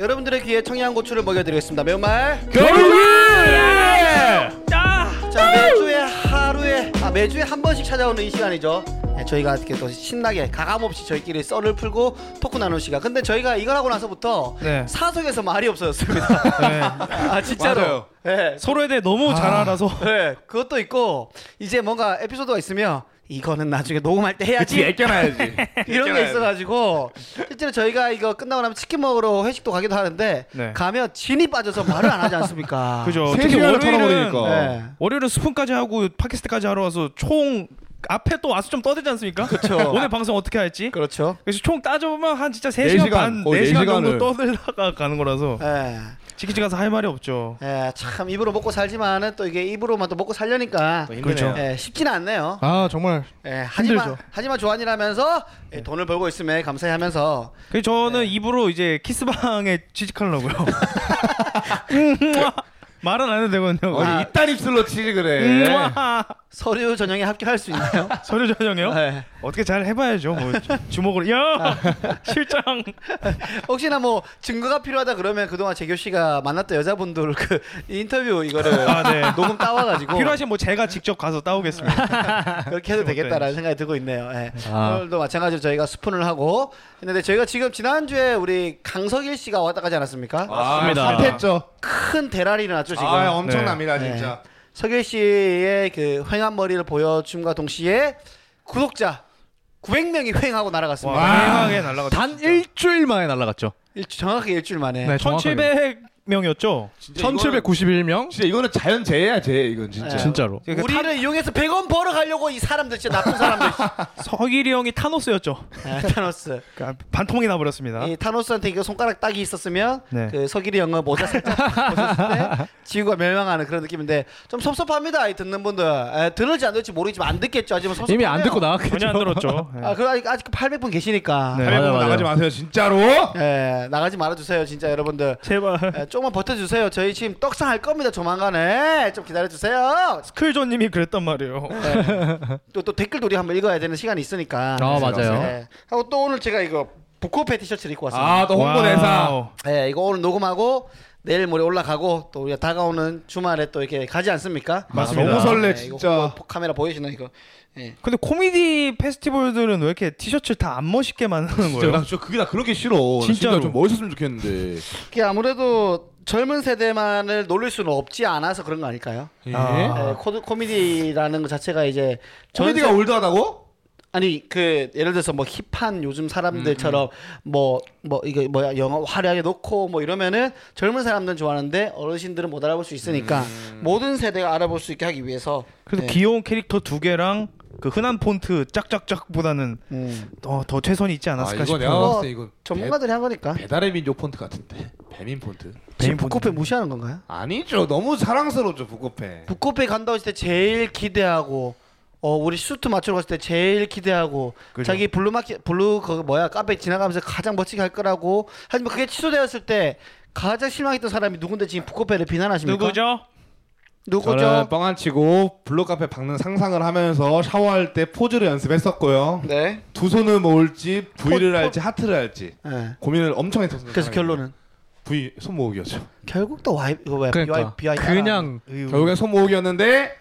여러분들의 귀에 청양고추를 먹여드리겠습니다. 매운말. 결국이 자 매주에 하루에 아 매주에 한 번씩 찾아오는 이 시간이죠. 네, 저희가 이렇게 또 신나게 가감 없이 저희끼리 썰을 풀고 토크 나누는 시간. 근데 저희가 이걸 하고 나서부터 네. 사석에서 말이 없어졌습니다. 아 진짜로. 맞아요. 네, 서로에 대해 너무 잘 알아서 네, 그것도 있고 이제 뭔가 에피소드가 있으면 이거는 나중에 녹음할 때 해야지 그치 애껴놔야지 이런 게 있어가지고 실제로 저희가 이거 끝나고 나면 치킨 먹으러 회식도 가기도 하는데 네. 가면 진이 빠져서 말을 안 하지 않습니까? 그죠. 세 특히 시간을 월요일은- 털어버리니까. 네. 아. 월요일은 스푼까지 하고 팟캐스트까지 하러 와서 총 앞에 또 와서 좀 떠들지 않습니까? 그쵸. 오늘 방송 어떻게 할지. 그렇죠. 그래서 총 따져보면 한 진짜 네 3시간 시간, 반, 거의 4시간 네 정도 시간을. 떠들다가 가는 거라서 예. 지키지 가서 할 말이 없죠. 예, 참 입으로 먹고 살지만은 또 이게 입으로만 또 먹고 살려니까 그렇죠. 예, 쉽지는 않네요. 아 정말. 예, 하지만 힘들죠. 하지만 조한이라면서 예, 돈을 벌고 있음에 감사해하면서 그래서 저는 입으로 이제 키스방에 취직하려고요. 말은 안 해도 되거든요. 아. 아니 어, 이딴 입술로 치지 네. 그래 음와 서류 전형에 합격할 수 있나요? 서류 전형이요? 네. 어떻게 잘 해봐야죠. 뭐 주먹으로 야 실장 혹시나 뭐 증거가 필요하다 그러면 그동안 재규 씨가 만났던 여자분들 그 인터뷰 이거를 아, 네. 녹음 따와가지고 필요하시면 뭐 제가 직접 가서 따오겠습니다. 그렇게 해도 어때? 되겠다라는 생각이 들고 있네요. 예. 아. 오늘도 마찬가지로 저희가 스푼을 하고 했는데 저희가 지금 지난주에 우리 강석일 씨가 왔다 가지 않았습니까? 아. 맞습니다. 핫했죠 큰 대란이 일어났죠 지금. 예, 아 엄청납니다 네. 진짜 석일 씨의 그 횡한 머리를 보여줌과 동시에 구독자 900명이 횡하고 날아갔습니다. 다양하게 날라갔죠. 단 일주일 만에 날라갔죠. 일주, 정확히 일주일 만에. 네, 정확하게. 1,700명이었죠. 진짜 이거는- 1791명? 진짜 이거는 자연재해야 재해 이건 진짜 네. 진짜로. 그러니까 우리를 이용해서 100원 벌어가려고 이 사람들 진짜 나쁜 사람들. 서길이 형이 타노스였죠. 네, 타노스. 그러니까 반통이 어? 나버렸습니다. 이 타노스한테 이거 손가락 딱이 있었으면 네. 그 석일이 형은 모자 살짝 벗었을 때 지구가 멸망하는 그런 느낌인데 좀 섭섭합니다. 이 듣는 분들 에, 들을지 안 들을지 모르겠지만 안 듣겠죠. 하지만 섭섭해요. 이미 안 듣고 나왔겠죠. 전혀 안 들었죠. 예. 아, 그 아직 아직 800분 계시니까. 네. 네. 맞아요, 맞아요. 나가지 마세요 진짜로 예, 나가지 말아주세요, 진짜 여러분들. 제발 예, 조금만 버텨주세요. 저희 지금 떡상 할 겁니다. 조만간에 좀 기다려주세요. 스클존님이 그랬단 말이에요. 네. 또, 또 댓글도 우리 한번 읽어야 되는 시간이 있으니까. 아 네, 맞아요. 예. 하고 또 오늘 제가 이거 부코페 티셔츠를 입고 왔습니다. 아또 홍보 대사 예, 이거 오늘 녹음하고 내일 모레 올라가고 또 우리가 다가오는 주말에 또 이렇게 가지 않습니까? 예, 맞습니다. 너무 설레, 네, 이거 진짜. 홍보 포- 카메라 보이시나 이거? 예. 근데 코미디 페스티벌들은 왜 이렇게 티셔츠 다 안 멋있게 만드는 진짜 거예요? 나 진짜 그게 나 그렇게 싫어 진짜로. 진짜 좀 멋있었으면 좋겠는데 이게 아무래도 젊은 세대만을 놀릴 수는 없지 않아서 그런 거 아닐까요? 아. 예, 코드 코미디라는 것 자체가 이제 전 코미디가 올드하다고? 아니 그 예를 들어서 뭐 힙한 요즘 사람들처럼 뭐 뭐 이거 뭐야 영어 화려하게 놓고 뭐 이러면은 젊은 사람들은 좋아하는데 어르신들은 못 알아볼 수 있으니까 모든 세대가 알아볼 수 있게 하기 위해서 그래서 네. 귀여운 캐릭터 두 개랑 그 흔한 폰트 짝짝짝보다는 음. 더, 더 최선이 있지 아 않았을까 이거 싶어요. 내가 봤을 때 이거 전문가들이 한 거니까 배, 배달의 민족 폰트 같은데 배민 폰트 지금 개인 폰트. 북코페 무시하는 건가요? 아니죠 너무 사랑스러워죠 부코페 북코페 간다고 했을 때 제일 기대하고 어 우리 슈트 맞추러 갔을 때 제일 기대하고 그죠. 자기 블루마켓 블루 그 뭐야 카페 지나가면서 가장 멋지게 할 거라고 하지만 그게 취소되었을 때 가장 실망했던 사람이 누군데 지금 북코페를 비난하십니까? 누구죠? 누구죠? 저는 뭐 뻥안 치고 블루카페 박는 상상을 하면서 샤워할 때 포즈를 연습했었고요. 네. 두 손을 모을지 V를 포- 포- 할지 하트를 할지 예. 고민을 엄청 했었어요. 어, 그래서 결론은 V 손 모으기였죠. 결국 또 와이 이거 왜 그러니까 BY BY 그냥 결국엔 손 모으기였는데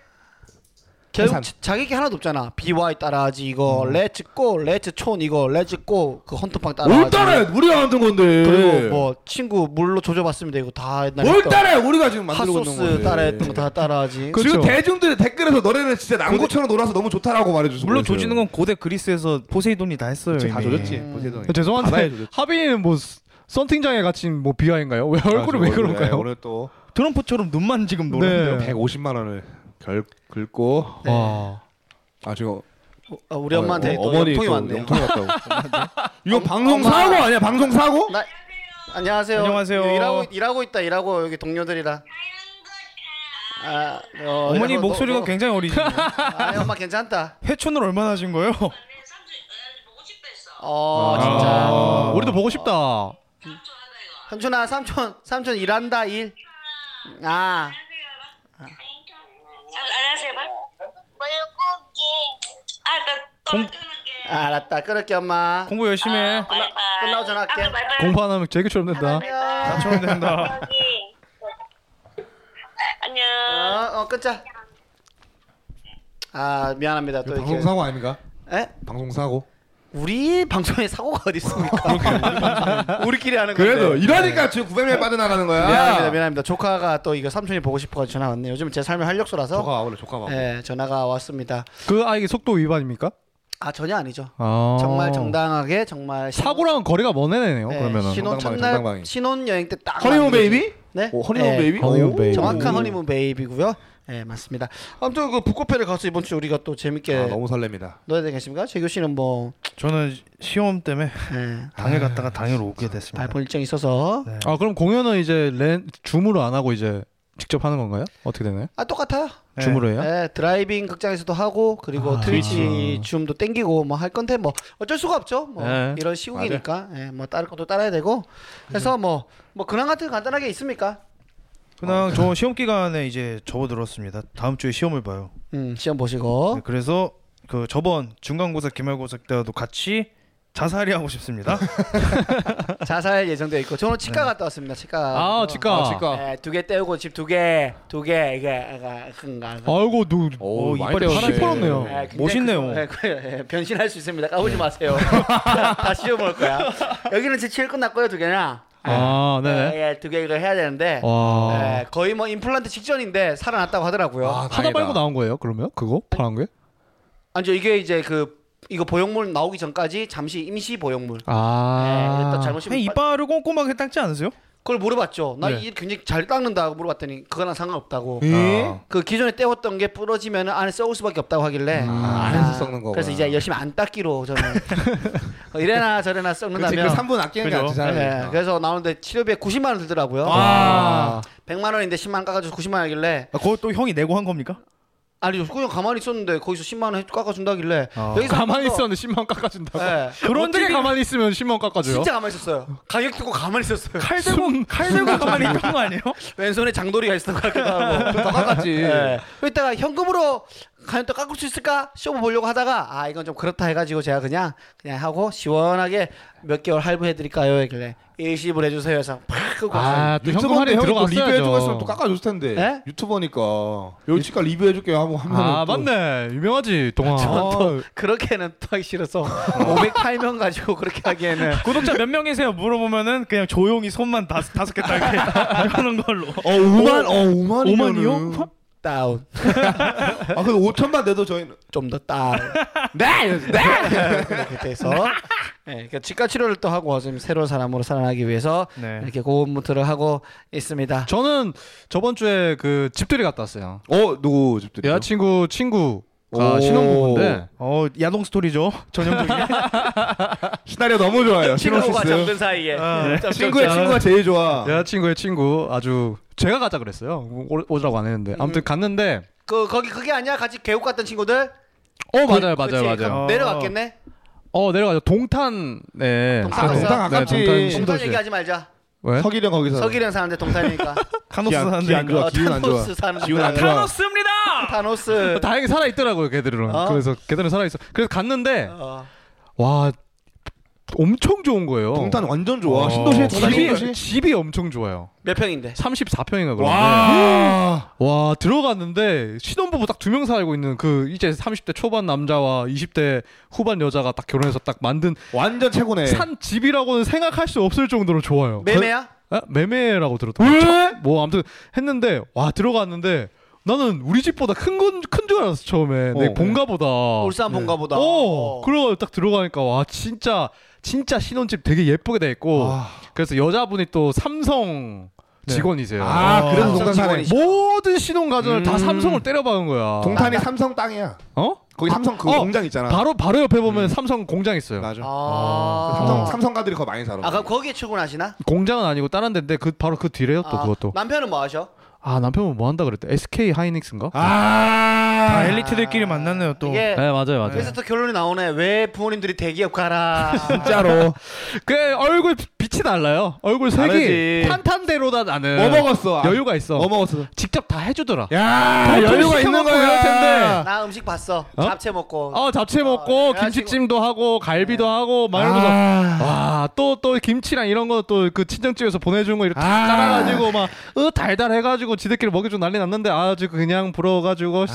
결국 계산. 자- 자기 게 하나도 없잖아. BY 따라하지 이거 렛츠 고 렛츠 촌 이거 렛츠 고그 헌터팡 따라하지. 뭘 따라해 네. 우리가 만든 건데. 아, 그리고 뭐 친구 물로 조져봤습니다 이거 다 옛날에 뭘 했던 따라해 우리가 지금 만들고 있는 건데. 핫소스 따라했던 거 다 따라하지. 그- 지금 그렇죠. 대중들이 댓글에서 너네는 진짜 남고처럼 놀아서 너무 좋다라고 말해주고 물론 조지는 건 고대 그리스에서 포세이돈이 다 했어요. 다 이미. 조졌지 뭐 보세요. 죄송한데 하빈이는 뭐 스- 썬팅장에 갇힌 뭐 비하인가요? 왜 얼굴이 왜 그런가요? 네, 오늘 또 트럼프처럼 눈만 지금 노래요. 네. 150만 원을 결 긁고 네. 와. 아 지금 어, 우리 엄마한테 어, 또 어머니 연통이 또 왔네요. 영통이 왔다고. 이거 방송 엄마. 사고 아니야? 방송 사고? 어, 나 안녕하세요. 안녕하세요. 일하고 일하고 있다 일하고 여기 동료들이랑. 아, 어, 어머니 일하고- 목소리가 너- 너- 굉장히 어리시네요. 아, 엄마 괜찮다. 회촌을 얼마나 하신 거예요? 어 진짜. 아, 우리도 보고 싶다. 삼촌아 삼촌 삼촌 일한다 일. 아 안녕하세요. 뭐요고기 아나 공- 알았다 끊을게 엄마. 공부 열심히 해. 끝나고 전화할게. 공부 안 하면 재규처럼 된다. 안녕. 다쳐야 된다. 여기. 안녕. 어, 어 끊자. 아 미안합니다. 또 이렇게. 방송 사고 아닙니까? 에? 방송 사고. 우리 방송에 사고가 어디 있습니까? 우리끼리 하는 건데. 그래도 이러니까 지금 900명 빠져나가는 거야. 네. 미안합니다, 미안합니다. 조카가 또 이거 삼촌이 보고 싶어가지고 전화 왔네요. 요즘 제 삶의 활력소라서 조카 원래 조카 봐. 예, 전화가 왔습니다. 그 아이게 속도 위반입니까? 아 전혀 아니죠. 어. 아. 정말 정당하게 정말 신혼- 사고랑 거리가 먼 애네요. 예, 그러면은. 신혼 정당방위, 첫날 정당방위. 신혼 여행 때딱 허니문 베이비? 네. 오, 허니문 예, 베이비? 허니문 어, 오. 아, 베이비. 정확한 허니문 베이비고요. 예, 맞습니다. 아무튼 그 북코페를 가서 이번 주 우리가 또 재밌게 아, 너무 설렙니다. 넣어야 되겠습니까? 재규 씨는 뭐 저는 시험 때문에 예, 당일 갔다가 당일 오게 아. 됐습니다. 발표 일정 이 있어서 아 그럼 공연은 이제 렌 줌으로 안 하고 이제 직접 하는 건가요? 어떻게 되나요? 아 똑같아요. 네. 줌으로 해요? 예, 드라이빙 극장에서도 하고 그리고 아, 트위치 줌도 땡기고 뭐 할 건데 뭐 어쩔 수가 없죠. 뭐 네. 이런 시국이니까 예, 뭐 따를 것도 따라야 되고 그래서 뭐 뭐 근황 같은 거 간단하게 있습니까? 그냥 저 시험 기간에 이제 접어들었습니다. 다음 주에 시험을 봐요. 음 시험 보시고 네, 그래서 그 저번 중간고사 기말고사 때와도 같이 자살이 하고 싶습니다. 자살 예정되어 있고 저는 치과 갔다 왔습니다. 치과 아 직가. 아, 치과. 예, 두개 떼우고 집 두개두개 이게 큰가 아이고 누 오, 오, 많이 이빨이 때웠네. 하나 펄었네요. 예, 굉장히 멋있네요. 그- 예, 그- 예, 변신할 수 있습니다. 까보지 마세요. 다 씌워볼 거야. 여기는 제 치료 끝났고요 두 개나. 아 네네. 아. 예, 두 개 이거 해야 되는데 와 예, 거의 뭐 임플란트 직전인데 살아났다고 하더라고요. 아, 아, 하나 다행이다. 말고 나온 거예요? 그러면 그거 파란 게? 니 아, 이게 이제 그 이거 보형물 나오기 전까지 잠시 임시 보형물. 예, 아. 또 잘못이면 그냥 빠- 이빨을 꼼꼼하게 닦지 않으세요? 그걸 물어봤죠. 나 네. 이 굉장히 잘 닦는다고 물어봤더니 그거랑 상관없다고. 예? 그 기존에 때웠던 게 부러지면 안에 썩을 수밖에 없다고 하길래 아, 안에서 썩는 거구나. 그래서 이제 열심히 안 닦기로 저는 어, 이래나 저래나 그렇지, 그 썩는다면 3분 아끼는 게 그죠? 아주 그러니까 예, 잘해. 그래서 나오는데 치료비에 90만 원 들더라고요. 아, 100만 원인데 10만 원 깎아줘서 90만 원 하길래 아 그거 또 형이 내고 한 겁니까? 아니 그냥 가만히 있었는데 거기서 10만 원 해- 깎아준다길래 아. 어. 여기서 가만히 한번 더- 있었는데 10만 원 깎아준다고. 예. 그런 어떻게 가만히 있으면 10만 원 깎아줘요? 진짜 가만히 있었어요. 가격 듣고 가만히 있었어요. 칼 들고 칼 들고 가만히 있던 거 아니에요? 왼손에 장도리가 있었던 것 같기도 하고. 더 깎았지. 예. 그랬다가 현금으로 과연 또 깎을 수 있을까 시험 보려고 하다가 아 이건 좀 그렇다 해가지고 제가 그냥 그냥 하고 시원하게 몇 개월 할부해드릴까요? 하길래 20을 해주세요 해서 팍 끄고 아, 그 또 현금 할인 형이 또 리뷰해주고 들어갔어야죠. 했으면 또 깎아줬을 텐데. 예? 유튜버니까. 여기 치과 리뷰해줄게 하고 하면 아 맞네 유명하지 동아. 저또 그렇게는 또 하기 싫어서 508명 가지고 그렇게 하기에는 구독자 몇 명이세요? 물어보면은 그냥 조용히 손만 다, 다섯 개 딸게 하는 걸로. 어 5만 어 5만 5만이요? 다운 아 근데 5천만 내도 저희는 좀 더 다운 네! 네! 이렇게 돼서 네, 그러니까 치과 치료를 또 하고 지금 새로운 사람으로 살아나기 위해서 네. 이렇게 고군분투를 하고 있습니다 아, 저는 저번 주에 그 집들이 갔다 왔어요. 어 누구 집들이 여자친구 친구가 오. 신혼부부인데 어 야동 스토리죠 전형적인. 시나리오 너무 좋아요. 친구가 시놉시스. 잠든 사이에 아, 네. 친구의 친구가 제일 좋아. 여자친구의 친구 아주 제가 가자 그랬어요. 오- 오라고 안 했는데 아무튼 갔는데 그 거기 그게 아니야 같이 계곡 갔던 친구들 어 맞아요 그치? 맞아요 맞아요. 가- 내려갔겠네 어 내려가죠 아, 동탄에 동탄 갔어요? 아, 동탄 가깝지. 네, 동탄 그 동탄 신도시. 얘기하지 말자 왜? 서기령 거기서. 서기령 사는데 동탄이니까 카노스 기안- 기안 그 사는데. 좋아. 기운 안 좋아. 타노스 사는데 기운 안 좋아. 카노스입니다. 타노스 어, 다행히 살아 있더라고요 걔들은. 어? 그래서 걔들은 살아 있어. 그래서 갔는데 어. 와 엄청 좋은 거예요. 동탄 완전 좋아. 어. 신도시에 동탄 집이 신도시. 집이 엄청 좋아요. 몇 평인데 34평인가 그런데 음. 와. 와 들어갔는데 신혼부부 딱 두 명 살고 있는 그 이제 30대 초반 남자와 20대 후반 여자가 딱 결혼해서 딱 만든 완전 최고네. 산 집이라고는 생각할 수 없을 정도로 좋아요. 매매야? 그- 아, 매매라고 들었던 뭐 아무튼 했는데 와 들어갔는데 나는 우리 집보다 큰 건 큰 줄 알았어 처음에 어. 내 본가보다 울산 본가 보다 어, 네. 그러고 딱 들어가니까 와 진짜 진짜 신혼집 되게 예쁘게 돼 있고 아. 그래서 여자분이 또 삼성 직원이세요. 아, 그래서 동탄 사네. 직원이지. 모든 신혼 가전을 음. 다 삼성을 때려박은 거야. 동탄이 삼성 땅이야. 어? 거기 삼성 그 아. 어. 공장 있잖아. 음. 바로 바로 옆에 보면 삼성 공장 있어요. 맞아. 아. 삼성 삼성가들이 거 많이 살아. 아 그럼 거기에 출근하시나? 공장은 아니고 다른 데인데 그 바로 그 뒤래요 또 아, 그것도. 남편은 뭐 하셔? 아 남편은 뭐 한다 그랬대. SK 하이닉스인가? 아, 아. 엘리트들끼리 만났네요 또. 이게 네 맞아요 맞아요. 그래서 또 결론이 나오네 왜 부모님들이 대기업 가라 진짜로. 그 얼굴 비, 빛이 달라요. 얼굴 색이 다르지. 탄탄대로다 나는. 뭐 먹었어? 여유가 있어. 뭐 먹었어? 직접 다 해주더라. 야 돈 여유가 시켜먹고 있는 이럴 거야. 텐데. 나 음식 봤어. 어? 잡채 먹고. 어 아, 잡채 어, 먹고 내가 김치찜도 하고 갈비도 네. 하고 막 이러면서 와또 또 김치랑 이런 거 또 그 친정집에서 보내준 거 이렇게 다 아. 깔아가지고 막으 달달해가지고 지들끼리 먹여주고 난리 났는데 아주 그냥 아. 부러워가지고 씨.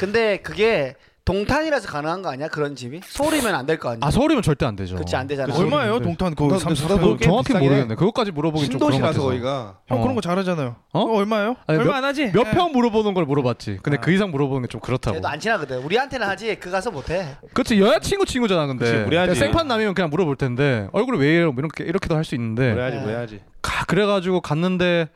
근데 그게 동탄이라서 가능한 거 아니야? 그런 집이? 서울이면 안 될 거 아니야? 아 서울이면 절대 안 되죠. 그치 안 되잖아. 그치. 얼마예요 동탄 그 동탄 30? 저도 그 그게 정확히 비싸긴 모르겠네. 그것까지 물어보긴 좀 그런 것 신도시라서 같아서. 거기가. 형 어. 그런 거 잘하잖아요. 어? 어? 얼마예요? 아니, 얼마 몇- 안 하지? 네. 몇 평 물어보는 걸 물어봤지. 아. 근데 그 이상 물어보는 게 좀 그렇다고. 걔도 안 친하거든. 우리한테는 하지 그 가서 못해. 그치 여자친구 친구잖아 근데. 그치, 무례하지. 생판 남이면 그냥 물어볼 텐데 얼굴이 왜 이래 이렇게 이렇게도 할 수 있는데. 뭐해야지 네. 뭐해야지. 가, 그래가지고 갔는데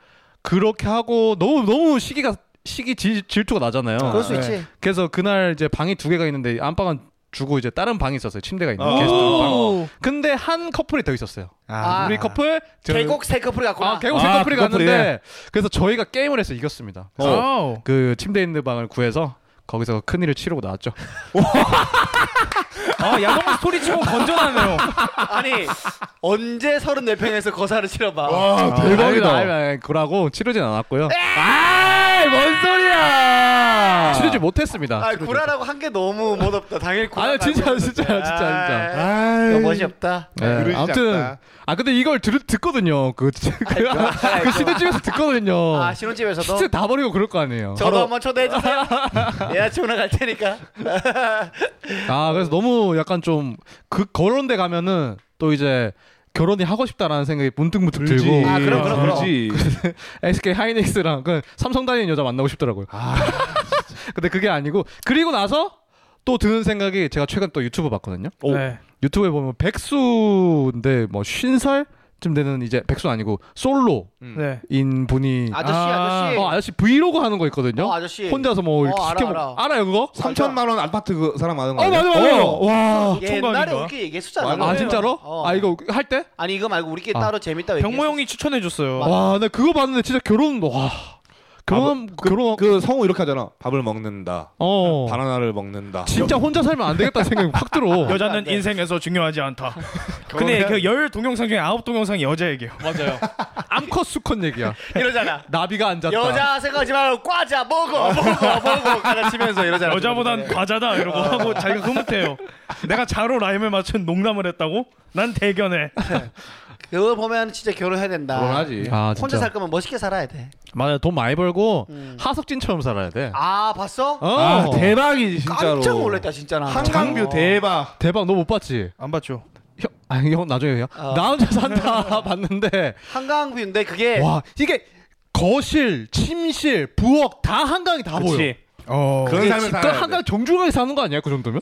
그렇게 하고 너무 너무 시기가 시기 질, 질투가 나잖아요. 그럴 수 네. 있지. 그래서 그날 이제 방이 두 개가 있는데 안방은 주고 이제 다른 방이 있었어요. 침대가 있는 어. 게스트 방. 오. 근데 한 커플이 더 있었어요. 아. 우리 커플 저- 계곡 세 커플이 갔구나. 아 계곡 세 아, 커플이 그 갔는데 그래서 저희가 게임을 해서 이겼습니다. 어. 그래서 어. 와우. 그 침대 있는 방을 구해서 거기서 큰일을 치르고 나왔죠. 아 야동 스토리 치고 건전하네요. 아니 언제 34평에서 거사를 치러봐. 와 아니, 아니, 아니, 그러고 치르진 않았고요. 아뭔 소리야? 치르지 못했습니다. 아 구라라고 한 게 너무 못없다. 당일 구라. 아니, 진짜, 말고 진짜, 했는데. 진짜, 진짜. 아, 아이. 이거 멋이 없다. 네, 그러지 아무튼 않다. 아 근데 이걸 들, 듣거든요. 그, 그, 아이고. 그 시드집에서 듣거든요. 아 신혼집에서도 시트 다 버리고 그럴 거 아니에요. 저도 한번 초대해 주세요. 예약치고나 갈 테니까. 아 그래서 너무 약간 좀 그 그런 데 가면은 또 이제 결혼이 하고 싶다라는 생각이 문득문득 들고 아, 그럼, 그럼, 그럼. 그렇지. SK 하이닉스랑 그 삼성 다니는 여자 만나고 싶더라고요. 근데 그게 아니고 그리고 나서 또 드는 생각이 제가 최근 또 유튜브 봤거든요. 네. 유튜브에 보면 백수인데 뭐 50살쯤 되는 이제 백수 아니고 솔로인 네. 분이 아저씨 아, 아저씨. 어, 아저씨 브이로그 하는 거 있거든요. 어, 아저씨. 혼자서 뭐 이렇게 어, 알아, 시켜 알아. 알아요 그거? 3천만 원 아파트 그 사람 많은 거. 어 맞아 맞아. 어, 와 옛날에 총각인가? 우리끼리 얘기했었잖아. 아 진짜로? 어. 아 이거 할 때? 아니 이거 말고 우리끼리 아. 따로 재밌다. 병모 형이 추천해 줬어요. 와, 나 그거 봤는데 진짜 결혼 와. 결혼 결혼 그 성우 이렇게 하잖아. 밥을 먹는다. 어. 바나나를 먹는다. 진짜 혼자 살면 안 되겠다 생각이 확 들어. 여자는 네. 인생에서 중요하지 않다. 근데 그 열 동영상 중에 아홉 동영상이 여자 얘기예요. 맞아요. 암컷 수컷 얘기야. 이러잖아. 나비가 앉았다. 여자 생각하지 말고 과자 먹어 먹어 먹어 과자 치면서 네, 이러잖아. 여자보단 과자다 이러고 어. 하고 자기가 흐뭇해요. 내가 자로 라임을 맞춘 농담을 했다고? 난 대견해. 그걸 보면 진짜 결혼해야 된다. 결혼하지. 아, 혼자 진짜. 살 거면 멋있게 살아야 돼. 맞아. 돈 많이 벌고 하석진처럼 살아야 돼. 아 봤어? 어. 아 대박이지 진짜로. 깜짝 놀랐다 진짜 나. 아. 어. 한강뷰 대박. 대박 너 못 봤지? 안 봤죠? 형, 아니 형 나중에 형. 어. 나 혼자 산다 봤는데 한강뷰인데 네. 그게 와, 이게 거실, 침실, 부엌 다 한강이 아, 다 보여. 어. 그런 삶을 그러니까 살아야 돼. 한강 정중하게 사는 거 아니야 그 정도면?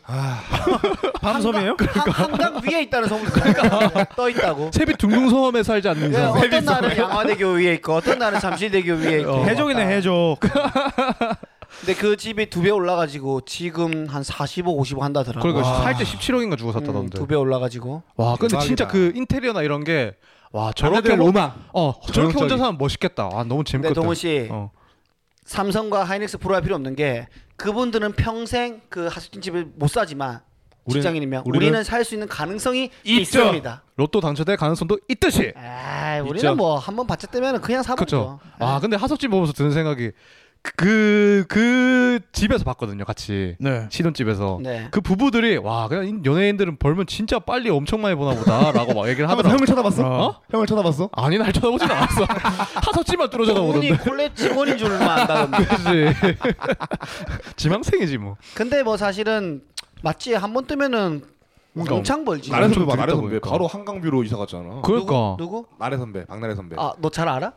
밤섬이에요? 그 한, 한강 위에 있다는 소문이 그러니까 떠 있다고. 채비 둥둥섬에 살지 않는 네, 예, 이상. 어떤 날은 양화대교 위에 있고 어떤 날은 잠실대교 위에 있고. 어. 아. 해적이네 해적. 근데 그 집이 두 배 올라가지고 지금 한 45, 50 한다더라. 그리고 살때 17억인가 주고 그러니까 음, 샀다던데. 두배 올라가지고. 와, 근데 음, 대박이다. 진짜 그 인테리어나 이런 게 와 저렇게 저렇게 혼- 로마. 어 저렇게 혼자 전형적인. 네, 사면 멋있겠다. 와 너무 근데 재밌겠다. 동훈 씨 어. 삼성과 하이닉스 부러워할 필요 없는 게 그분들은 평생 그 하숙진 집을 못 사지만 우리는- 직장인이면 우리는, 우리는- 살 수 있는 가능성이 있죠. 있습니다 로또 당첨될 가능성도 있듯이. 아, 있죠. 우리는 뭐 한 번 받쳤 뜨면 그냥 사버리죠. 그렇죠. 아 근데 하석진 보면서 드는 생각이 그그 그 집에서 봤거든요, 같이 네. 신혼집에서. 네. 그 부부들이 와 그냥 인- 연예인들은 벌면 진짜 빨리 엄청 많이 버나 보다라고 막 얘기를 하면서 하더라고. 형을 쳐다봤어? 어? 형을 쳐다봤어? 아니 날 쳐다보진 않았어. 하석진만 뚫어 본인이 쳐다보던데. 콜레 직원인 줄만 안다던데. 그지. 지망생이지 뭐. 근데 뭐 사실은 맞지 한 번 뜨면은 그러니까 엄청 벌지. 나래 선배 봐, 나래 그립다 선배. 보니까. 바로 한강뷰로 이사 갔잖아. 그러니까 누구? 나래 선배, 박나래 선배. 아, 너 잘 알아?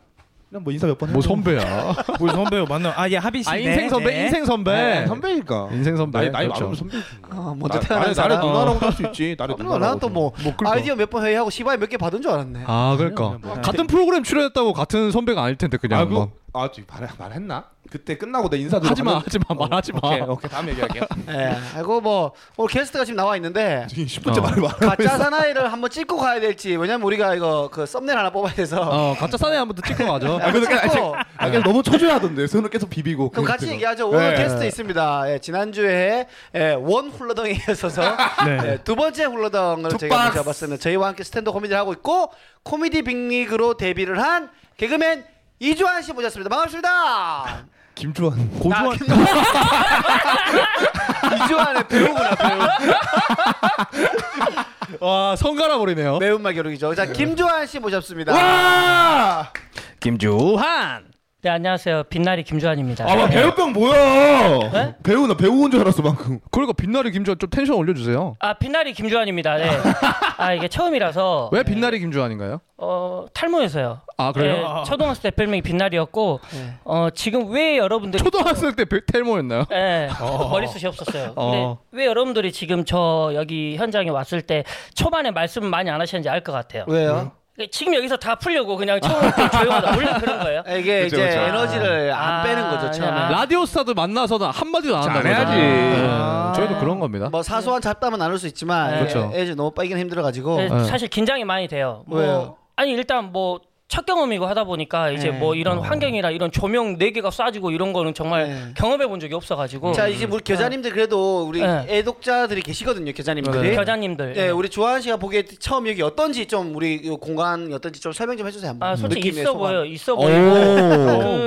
그냥 뭐 인사 몇번 뭐 선배야. 우리 선배요 만나. 아예 합의 씨. 아 네, 인생 선배 네. 인생 선배 선배니까. 인생 선배 나이 나이 그렇죠. 많으면 선배지. 어, 먼저 나- 태어난 나래- 나래 사람. 누나라고 할수 있지. 나래 누나라고. 난또뭐 아이디어 몇 번 회의하고 시바에 몇 개 받은 줄 알았네. 어, 아 그러니까 같은 프로그램 출연했다고 같은 선배가 아닐 텐데 그냥 아, 그- 막. 아, 저 말, 말했나? 그때 끝나고 내 인사드리고 하지 마, 가면- 하지 마, 말하지 마. 어. 오케이, 오케이. 다음 얘기할게요. 예. 그리고 뭐 오늘 게스트가 지금 나와 있는데 지금 10분째 어. 말을 말하고 가짜 있어. 사나이를 한번 찍고 가야 될지 왜냐면 우리가 이거 그 썸네일 하나 뽑아야 돼서 어, 가짜 사내 한번 더 찍고 가죠. 아, 근데 그냥, 찍고. 아직- 아, 그냥 너무 초조해 하던데. 손을 계속 비비고. 그럼 같이 얘기하죠. 오늘 네. 게스트 있습니다. 예, 지난주에 예, 원 훌러덩에 이어서서 네. 예, 두 번째 훌러덩을 제가 박스. 잡았습니다. 저희와 함께 스탠드 코미디를 하고 있고 코미디 빅리그로 데뷔를 한 개그맨 이주환 씨 모셨습니다. 반갑습니다. 김주환. 고주환 이주환의 배우구나 배우. 와, 성가라 버리네요. 매운맛 겨루기죠. 자 김주환 씨 모셨습니다. 어? 와! 김주한. 네 안녕하세요 빛나리 김주환입니다. 뭐 아, 막 배우병 뭐야? 네? 배우 나 배우 온 줄 알았어 방금. 그러니까 빛나리 김주한 좀 텐션 올려주세요. 아 빛나리 김주환입니다. 네. 아 이게 처음이라서 네. 왜 빛나리 김주한인가요? 어 탈모에서요. 네, 아, 그래요? 아. 초등학생 때 별명이 빛나리였고 네. 어 지금 왜 여러분들이 초등학생 때 배- 텔모였나요? 예, 머리숱이 없었어요. 근데 어. 왜 여러분들이 지금 저 여기 현장에 왔을 때 초반에 말씀 많이 안 하셨는지 알 것 같아요. 그러니까 왜요? 지금 여기서 다 풀려고 그냥 처음에 조용하다. 원래 그런 거예요. 이게 그쵸, 이제 그쵸. 에너지를 아, 안 빼는 거죠 아, 처음에. 아. 라디오 스타도 만나서는 한 마디도 안 한다고. 안 해야지. 하잖아요. 네, 저희도 그런 겁니다. 뭐 사소한 잡담은 나눌 수 있지만 네. 그렇죠. 애, 애 너무 빠이긴 힘들어가지고 네, 네. 사실 긴장이 많이 돼요. 뭐, 왜요? 아니 일단 뭐 첫 경험이고 하다 보니까 이제 네. 뭐 이런 환경이나 이런 조명 네 개가 쏴지고 이런 거는 정말 네. 경험해 본 적이 없어가지고 자 이제 우리 겨자님들 그래도 우리 네. 애독자들이 계시거든요 네. 겨자님들이. 겨자님들 네. 예, 우리 조한 씨가 보기에 처음 여기 어떤지 좀 우리 이 공간 어떤지 좀 설명 좀 해주세요 한번. 아 솔직히 느낌의 있어 소감. 보여 요 있어 보이고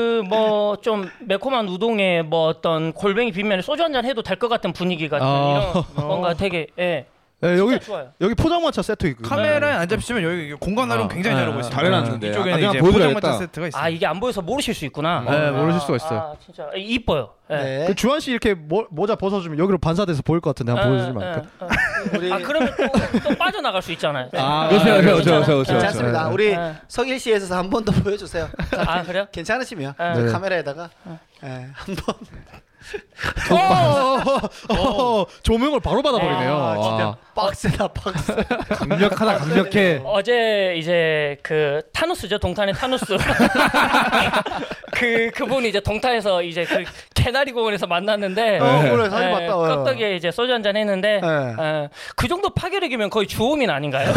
그 뭐 좀 매콤한 우동에 뭐 어떤 골뱅이 빈면에 소주 한 잔 해도 될 것 같은 분위기 같은 아. 이런 뭔가 되게 예 네, 여기 진짜 좋아요. 여기 포장마차 세트 있고. 카메라에 안 잡히시면 여기 공간 활용 굉장히 아, 잘하고 아, 있습니다. 네. 다른 안 주는데. 아, 이쪽에는 그냥 이제 보여드려야겠다. 포장마차 세트가 있어요. 아 이게 안 보여서 모르실 수 있구나 네, 모르실 수가 아, 있어요. 아, 진짜 이뻐요 예. 네. 그 주한 씨 이렇게 모, 모자 벗어주면 여기로 반사돼서 보일 것 같은데 한번 보여주지 말까? 아, 아, 아. 우리 아 그러면 또, 또 빠져나갈 수 있잖아요. 아, 네. 오세요, 오세요, 오세요, 오세요, 오세요. 괜찮습니다. 우리 네. 성일 씨에서 한 번 더 보여주세요. 아 그래요? 괜찮으시면 네. 저 카메라에다가 예, 한번 어, 어, 어, 어, 조명을 바로 받아버리네요. 네. 아, 진짜 와. 빡세다 빡세. 강력하다 강력해. 어제 이제 그 타누스죠 동탄의 타누스 그 그분이 이제 동탄에서 이제 그 개나리 공원에서 만났는데 어, 그래 사진 예, 봤다. 와요. 깍덕이에 이제 소주 한 잔 했는데 네. 예, 그 정도 파괴력이면 거의 주호민 아닌가요?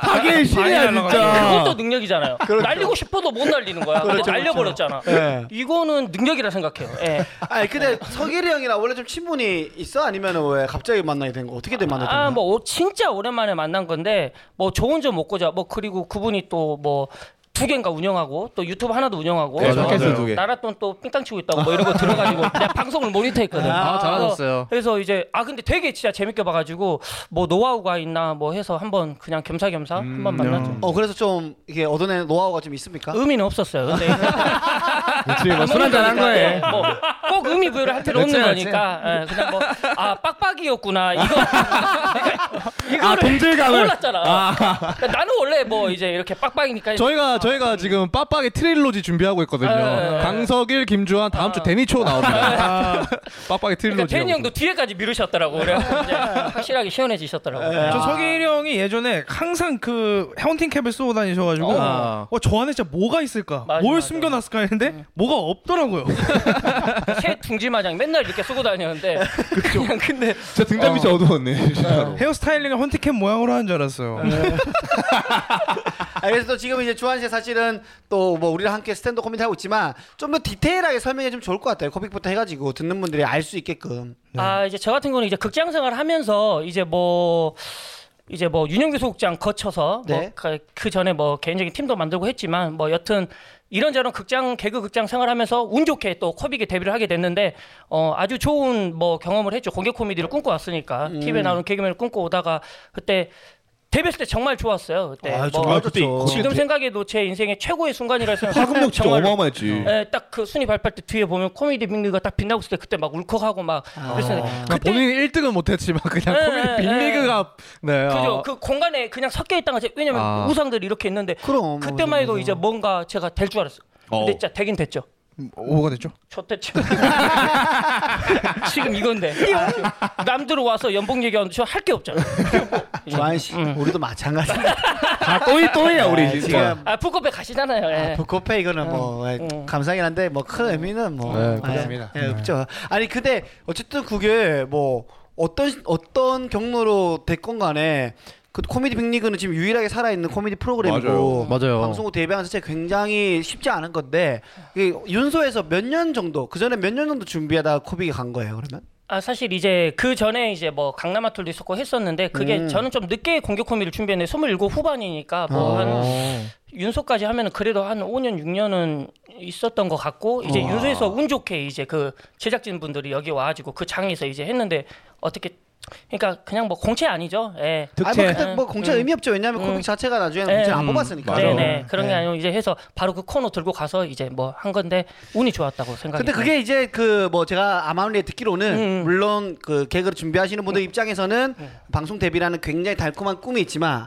파괴의 아, 신이야 많이 그것도 진짜. 능력이잖아요. 날리고 싶어도 못 날리는 거야. 근데 그렇죠, 날려버렸잖아. 예. 이거는 능력이라 생각해요. 예. 아니 근데 성일이 형이랑 원래 좀 친분이 있어? 아니면 왜 갑자기 만나게 된 거? 어떻게 된 만나게 된 거야? 아, 뭐 오- 진짜 오랜만에 만난 건데 뭐 좋은 점 먹고자 뭐 그리고 그분이 또 뭐 두 개인가 운영하고 또 유튜브 하나도 운영하고 네, 또 팟캐스트 두 개. 나랏돈 또 삥땅 치고 있다고 뭐 이런 거 들어가지고 내가 방송을 모니터했거든. 아, 잘하셨어요. 그래서 이제 아 근데 되게 진짜 재밌게 봐가지고 뭐 노하우가 있나 뭐 해서 한번 그냥 겸사겸사 한번 만났죠. 뭐 어 그래서 좀 이게 얻어낸 노하우가 좀 있습니까? 의미는 없었어요. 근데 지금 뭐술 한잔 한 거예요. 뭐꼭 의미 부여를 할 필요 없는 그렇지, 그렇지. 거니까 예, 그냥 뭐 아 빡빡이였구나 이거 아 동질감을. 몰랐잖아. 그러니까 나는 원래 뭐 이제 이렇게 빡빡이니까 저희가 저희가 지금 빠빠의 트릴로지 준비하고 있거든요. 아, 예. 강석일, 김주한 다음 주 데니초 나옵니다. 빠빠의 아. 그러니까 트릴로지. 태현이 형도 뒤에까지 미루셨더라고. 그래 확실하게 시원해지셨더라고. 저 서길 형이 예전에 항상 그 헤어팅 캡을 쓰고 다니셔가지고 어. 어, 저 안에 진짜 뭐가 있을까, 맞아, 뭘 맞아. 숨겨놨을까 했는데 뭐가 없더라고요. 새 둥지 마장 맨날 이렇게 쓰고 다녔는데 그냥 근데 진짜 등잔 밑이 어두웠네. 진짜로. 헤어스타일링을 헌팅 캡 모양으로 하는 줄 알았어요. 네. 아, 그래서 또 지금 이제 주한 씨 사실은 또 뭐 우리랑 함께 스탠드 코미디 하고 있지만 좀 더 디테일하게 설명해 주면 좋을 것 같아요. 코빅부터 해가지고 듣는 분들이 알 수 있게끔. 아 이제 저 같은 경우는 이제 극장 생활 하면서 이제 뭐 이제 뭐 윤영규 소극장 거쳐서 네. 뭐그 전에 뭐 개인적인 팀도 만들고 했지만 뭐 여튼 이런저런 극장 개그 극장 생활하면서 운 좋게 또 코빅에 데뷔를 하게 됐는데 어 아주 좋은 뭐 경험을 했죠 공개 코미디를 꿈꿔왔으니까 TV에 나오는 개그맨을 꿈꿔오다가 그때 데뷔했을 때 정말 좋았어요 그때 아, 뭐 정말 그때 좋죠. 그때 지금 생각해도 제 인생의 최고의 순간이라 생각해요 파급력 진짜 정말로. 어마어마했지. 딱 그 순위 발표할 때 뒤에 보면 코미디 빅리그가 딱 빛나고 있을 때 그때 막 울컥하고 막 그랬었는데 아, 본인이 1등은 못했지만 그냥 네, 코미디 네, 빅리그가 네. 그죠? 어. 그 공간에 그냥 섞여 있다가 제- 왜냐면 아. 우상들이 이렇게 있는데 그럼. 그때만 해도 이제 뭔가 제가 될 줄 알았어요. 근데 진짜 되긴 됐죠. 오버가 됐죠? 저때 지금 지금 이건데 남들 와서 연봉 얘기하는데 저 할 게 없잖아. 조한 씨, 음. 우리도 마찬가지입니다. 다 또이 또이야 아, 지금 아 북극배 가시잖아요. 예. 부코페 그 이거는 뭐 예, 음. 감사하긴 한데 뭐 큰 의미는 뭐 네, 예, 그렇습니다. 예, 없죠. 아니 근데 어쨌든 그게 뭐 어떤 어떤 경로로 됐건 간에 그 코미디 빅리그는 지금 유일하게 살아있는 코미디 프로그램이고 맞아요. 방송국 데뷔하는 자체 굉장히 쉽지 않은 건데 이 윤소에서 몇 년 정도 그 전에 몇 년 정도 준비하다가 코빅이 간 거예요 그러면? 아 사실 이제 그 전에 이제 뭐 강남아툴도 있었고 했었는데 그게 음. 저는 좀 늦게 공개 코미디를 준비했는데 27 후반이니까 뭐 아. 한 윤소까지 하면은 그래도 한 5년 6년은 있었던 것 같고 어. 이제 윤소에서 운 좋게 이제 그 제작진 분들이 여기 와가지고 그 장에서 이제 했는데 어떻게 그러니까 그냥 뭐 공채 아니죠? 예. 아니 뭐, 득채. 근데 뭐 공채 음. 의미 없죠 왜냐하면 음. 코빅 자체가 나중에는 네. 공채 안 음. 뽑았으니까. 맞아. 네네 그런 게 네. 아니고 이제 해서 바로 그 코너 들고 가서 이제 뭐 한 건데 운이 좋았다고 생각해요. 근데 그게 이제 그 뭐 제가 아마운리에 듣기로는 음, 음. 물론 그 개그를 준비하시는 음. 분들 입장에서는 방송 데뷔라는 굉장히 달콤한 꿈이 있지만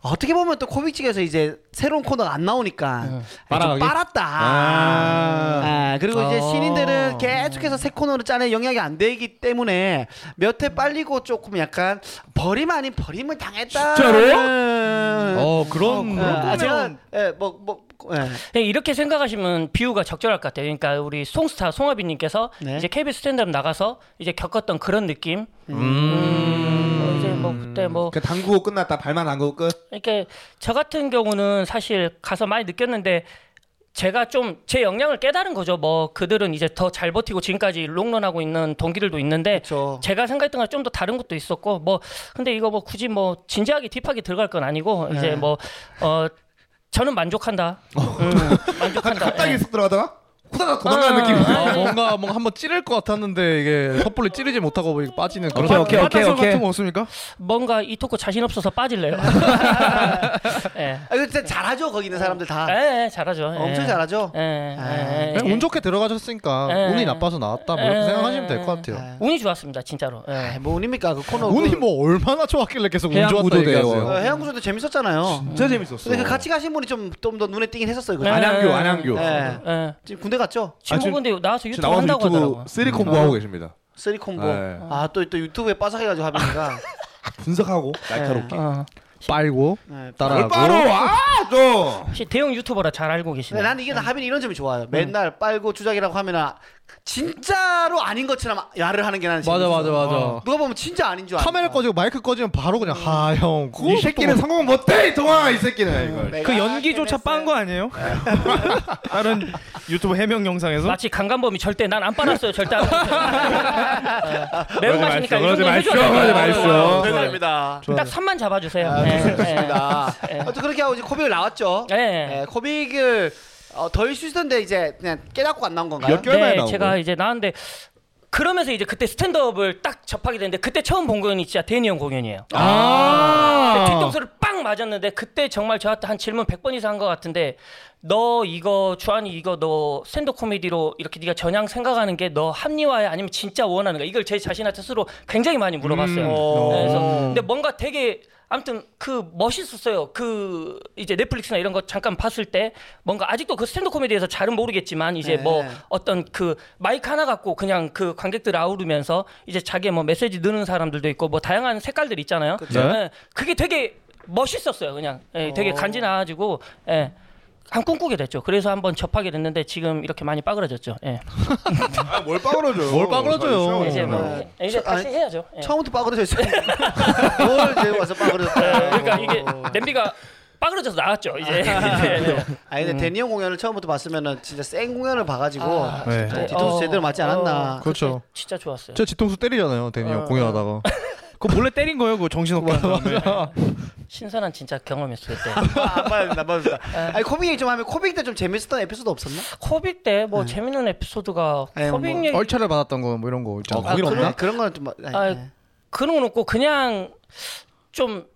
어떻게 보면 또 코믹 측에서 이제 새로운 코너가 안 나오니까 좀 음. 빨아가기? 빨았다. 아, 그리고 이제 아. 신인들은 계속해서 새 코너를 짜내 영향이 안 되기 때문에 몇 회 빨리고 조금 약간 버림 아닌 버림을 당했다. 진짜로? 어 그런 아, 제가 예, 뭐 뭐, 예. 네, 이렇게 생각하시면 비유가 적절할 것 같아요. 그러니까 우리 송스타 송하빈님께서 네. 이제 KBS 스탠드업 나가서 이제 겪었던 그런 느낌. 뭐 이제 뭐 그때 뭐 그 당구고 끝났다. 발만 당구고 끝. 이렇게 저 같은 경우는 사실 가서 많이 느꼈는데 제가 좀 제 역량을 깨달은 거죠. 뭐 그들은 이제 더 잘 버티고 지금까지 롱런하고 있는 동기들도 있는데 그렇죠. 제가 생각했던 건 좀 더 다른 것도 있었고 뭐 근데 이거 뭐 굳이 뭐 진지하게 딥하게 들어갈 건 아니고 네. 이제 뭐 어 저는 만족한다. 음, 만족한다. 갑자기 예. 쑥 들어가다가 후다닥 도망가는 느낌. 아, 뭔가 뭔가 한번 찌를 것 같았는데 이게 섣불리 찌르지 못하고 뭐 이렇게 빠지는 그런 오케이, 오케이, 바닥 오케이, 소리 오케이. 같은 거 없습니까? 뭔가 이 토크 자신 없어서 빠질래요. 예. 아, 이거 진짜 잘하죠 거기 있는 사람들 다. 예, 예, 잘하죠. 예. 아, 엄청 잘하죠. 아, 예, 예, 예, 그냥 예. 운 좋게 들어가셨으니까 예. 운이 나빠서 나왔다 뭐 이렇게 예. 생각하시면 될 것 같아요. 아, 운이 좋았습니다, 진짜로. 예. 아이, 뭐 운입니까 그 코너. 운이 그- 뭐 얼마나 좋았길래 계속 운 해양 좋았다 어, 구조대요. 얘기하세요. 해양구조도 재밌었잖아요. 진짜 재밌었어. 근데 그 같이 가신 분이 좀 좀 더 눈에 띄긴 했었어요. 그죠? 네. 안양교, 안양교. 네. 예. 지금 군대 갔죠? 지금 아, 지금- 근데 나와서 지금 유튜브 나와서 한다고 유튜브 하더라고요. 쓰리 콤보 하고 계십니다. 쓰리 콤보. 네. 아 또 또 유튜브에 빠삭해가지고 하빈이가 분석하고 날카롭게. 어, 아, 어. 빨고 네. 따라하고 바로 와 좀. 혹시 대형 유튜버라 잘 알고 근데 계시네요. 난 이게 나 하빈이 이런 점이 좋아요. 맨날 빨고 주작이라고 하면은 아, 진짜로 아닌 것처럼 야를 하는 게 나는 맞아 재밌어요. 맞아 맞아. 어. 누가 보면 진짜 아닌 줄 알아. 카메라 꺼지고 마이크 꺼지면 바로 그냥 하형 이 새끼는 성공 못해 이 동아 이 새끼는 이걸. 어. 내가 그 캐냈어요. 연기조차 빤 거 아니에요? 네. 다른 유튜브 해명 영상에서 마치 강간범이 절대 난 안 빨았어요, 절대 안. 빨았어요. 예. 매운 맛이니까 이 그러지 정도 마십시오, 해줘야 돼요. 네, 그러지 마십시오. 어, 네, 대단합니다. 딱 3만 잡아주세요. 아, 예, 좋습니다. 예. 아무튼 그렇게 하고 이제 코빅을 나왔죠. 예. 네, 코빅을 어, 덜 쉬시던데 이제 그냥 깨닫고 안 나온 건가요? 몇 개월 만에 네, 나온 제가 거예요? 이제 나왔는데 그러면서 이제 그때 스탠드업을 딱 접하게 됐는데 그때 처음 본 공연이 진짜 데니 형 공연이에요. 아. 근데 뒤통수를 빵 맞았는데 그때 정말 저한테 한 질문 100번 이상 한 것 같은데 너 이거 주한이 이거 너 스탠드 코미디로 이렇게 네가 전향 생각하는 게 너 합리화야 아니면 진짜 원하는가 이걸 제 자신한테 스스로 굉장히 많이 음. 물어봤어요. 음. 어. 네, 그래서 근데 뭔가 되게 아무튼 그 멋있었어요. 그 이제 넷플릭스나 이런 거 잠깐 봤을 때 뭔가 아직도 그 스탠드 코미디에서 잘은 모르겠지만 이제 네. 뭐 어떤 그 마이크 하나 갖고 그냥 그 관객들 아우르면서 이제 자기 뭐 메시지 넣는 사람들도 있고 뭐 다양한 색깔들 있잖아요. 그쵸. 예, 그게 되게 멋있었어요. 그냥 예, 되게 어. 간지나가지고 예. 한 꿈꾸게 됐죠. 그래서 한번 접하게 됐는데 지금 이렇게 많이 빠그러졌죠. 예. 아, 뭘 빠그러져요? 아, 뭘 빠그러져요. 이제 뭐 네. 이제 저- 다시 아니, 해야죠. 예. 처음부터 빠그러져 있어요. 뭘 이제 와서 빠그러졌어요. 그러니까 이게 냄비가 빠그러져서 나왔죠. 이제. 아, 네, 네, 이제. 아니 근데 데니 형 공연을 처음부터 봤으면은 진짜 센 공연을 봐가지고 아, 네. 진짜 뒤통수 어. 제대로 맞지 않았나. 어. 그렇죠. 진짜 좋았어요. 저 뒤통수 때리잖아요 데니 형 어. 공연하다가 그거 몰래 때린 거예요 그 정신없게 네. 한 다음에 신선한 진짜 경험이었어요 그때. 아, 빠졌다 빠졌다. 아니 코빅 얘기 좀 하면 코빅 때 좀 재밌었던 에피소드 없었나? 코빅 때 뭐 재밌는 에피소드가 네, 코빅 뭐. 얘기 얼차를 받았던 거 뭐 이런 거 어, 있잖아. 아, 그런- 그런 거는 좀 아니, 아, 네. 그런 건 없고 그냥 좀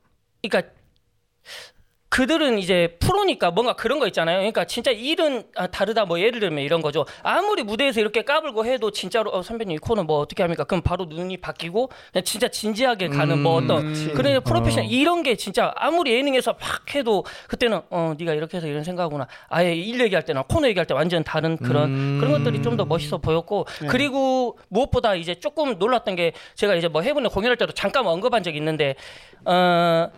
그러니까 그들은 이제 프로니까 뭔가 그런 거 있잖아요. 그러니까 진짜 일은 아, 다르다. 뭐 예를 들면 이런 거죠. 아무리 무대에서 이렇게 까불고 해도 진짜로 어, 선배님 이 코는 뭐 어떻게 합니까? 그럼 바로 눈이 바뀌고 그냥 진짜 진지하게 가는 뭐 음. 어떤 그래 프로페셔널 이런 게 진짜 아무리 예능에서 막 해도 그때는 어 네가 이렇게 해서 이런 생각하구나. 아예 일 얘기할 때나 코너 얘기할 때 완전 다른 그런 그런 것들이 좀 더 멋있어 보였고 그리고 무엇보다 이제 조금 놀랐던 게 제가 이제 뭐 해븐에 공연할 때도 잠깐 언급한 적이 있는데 어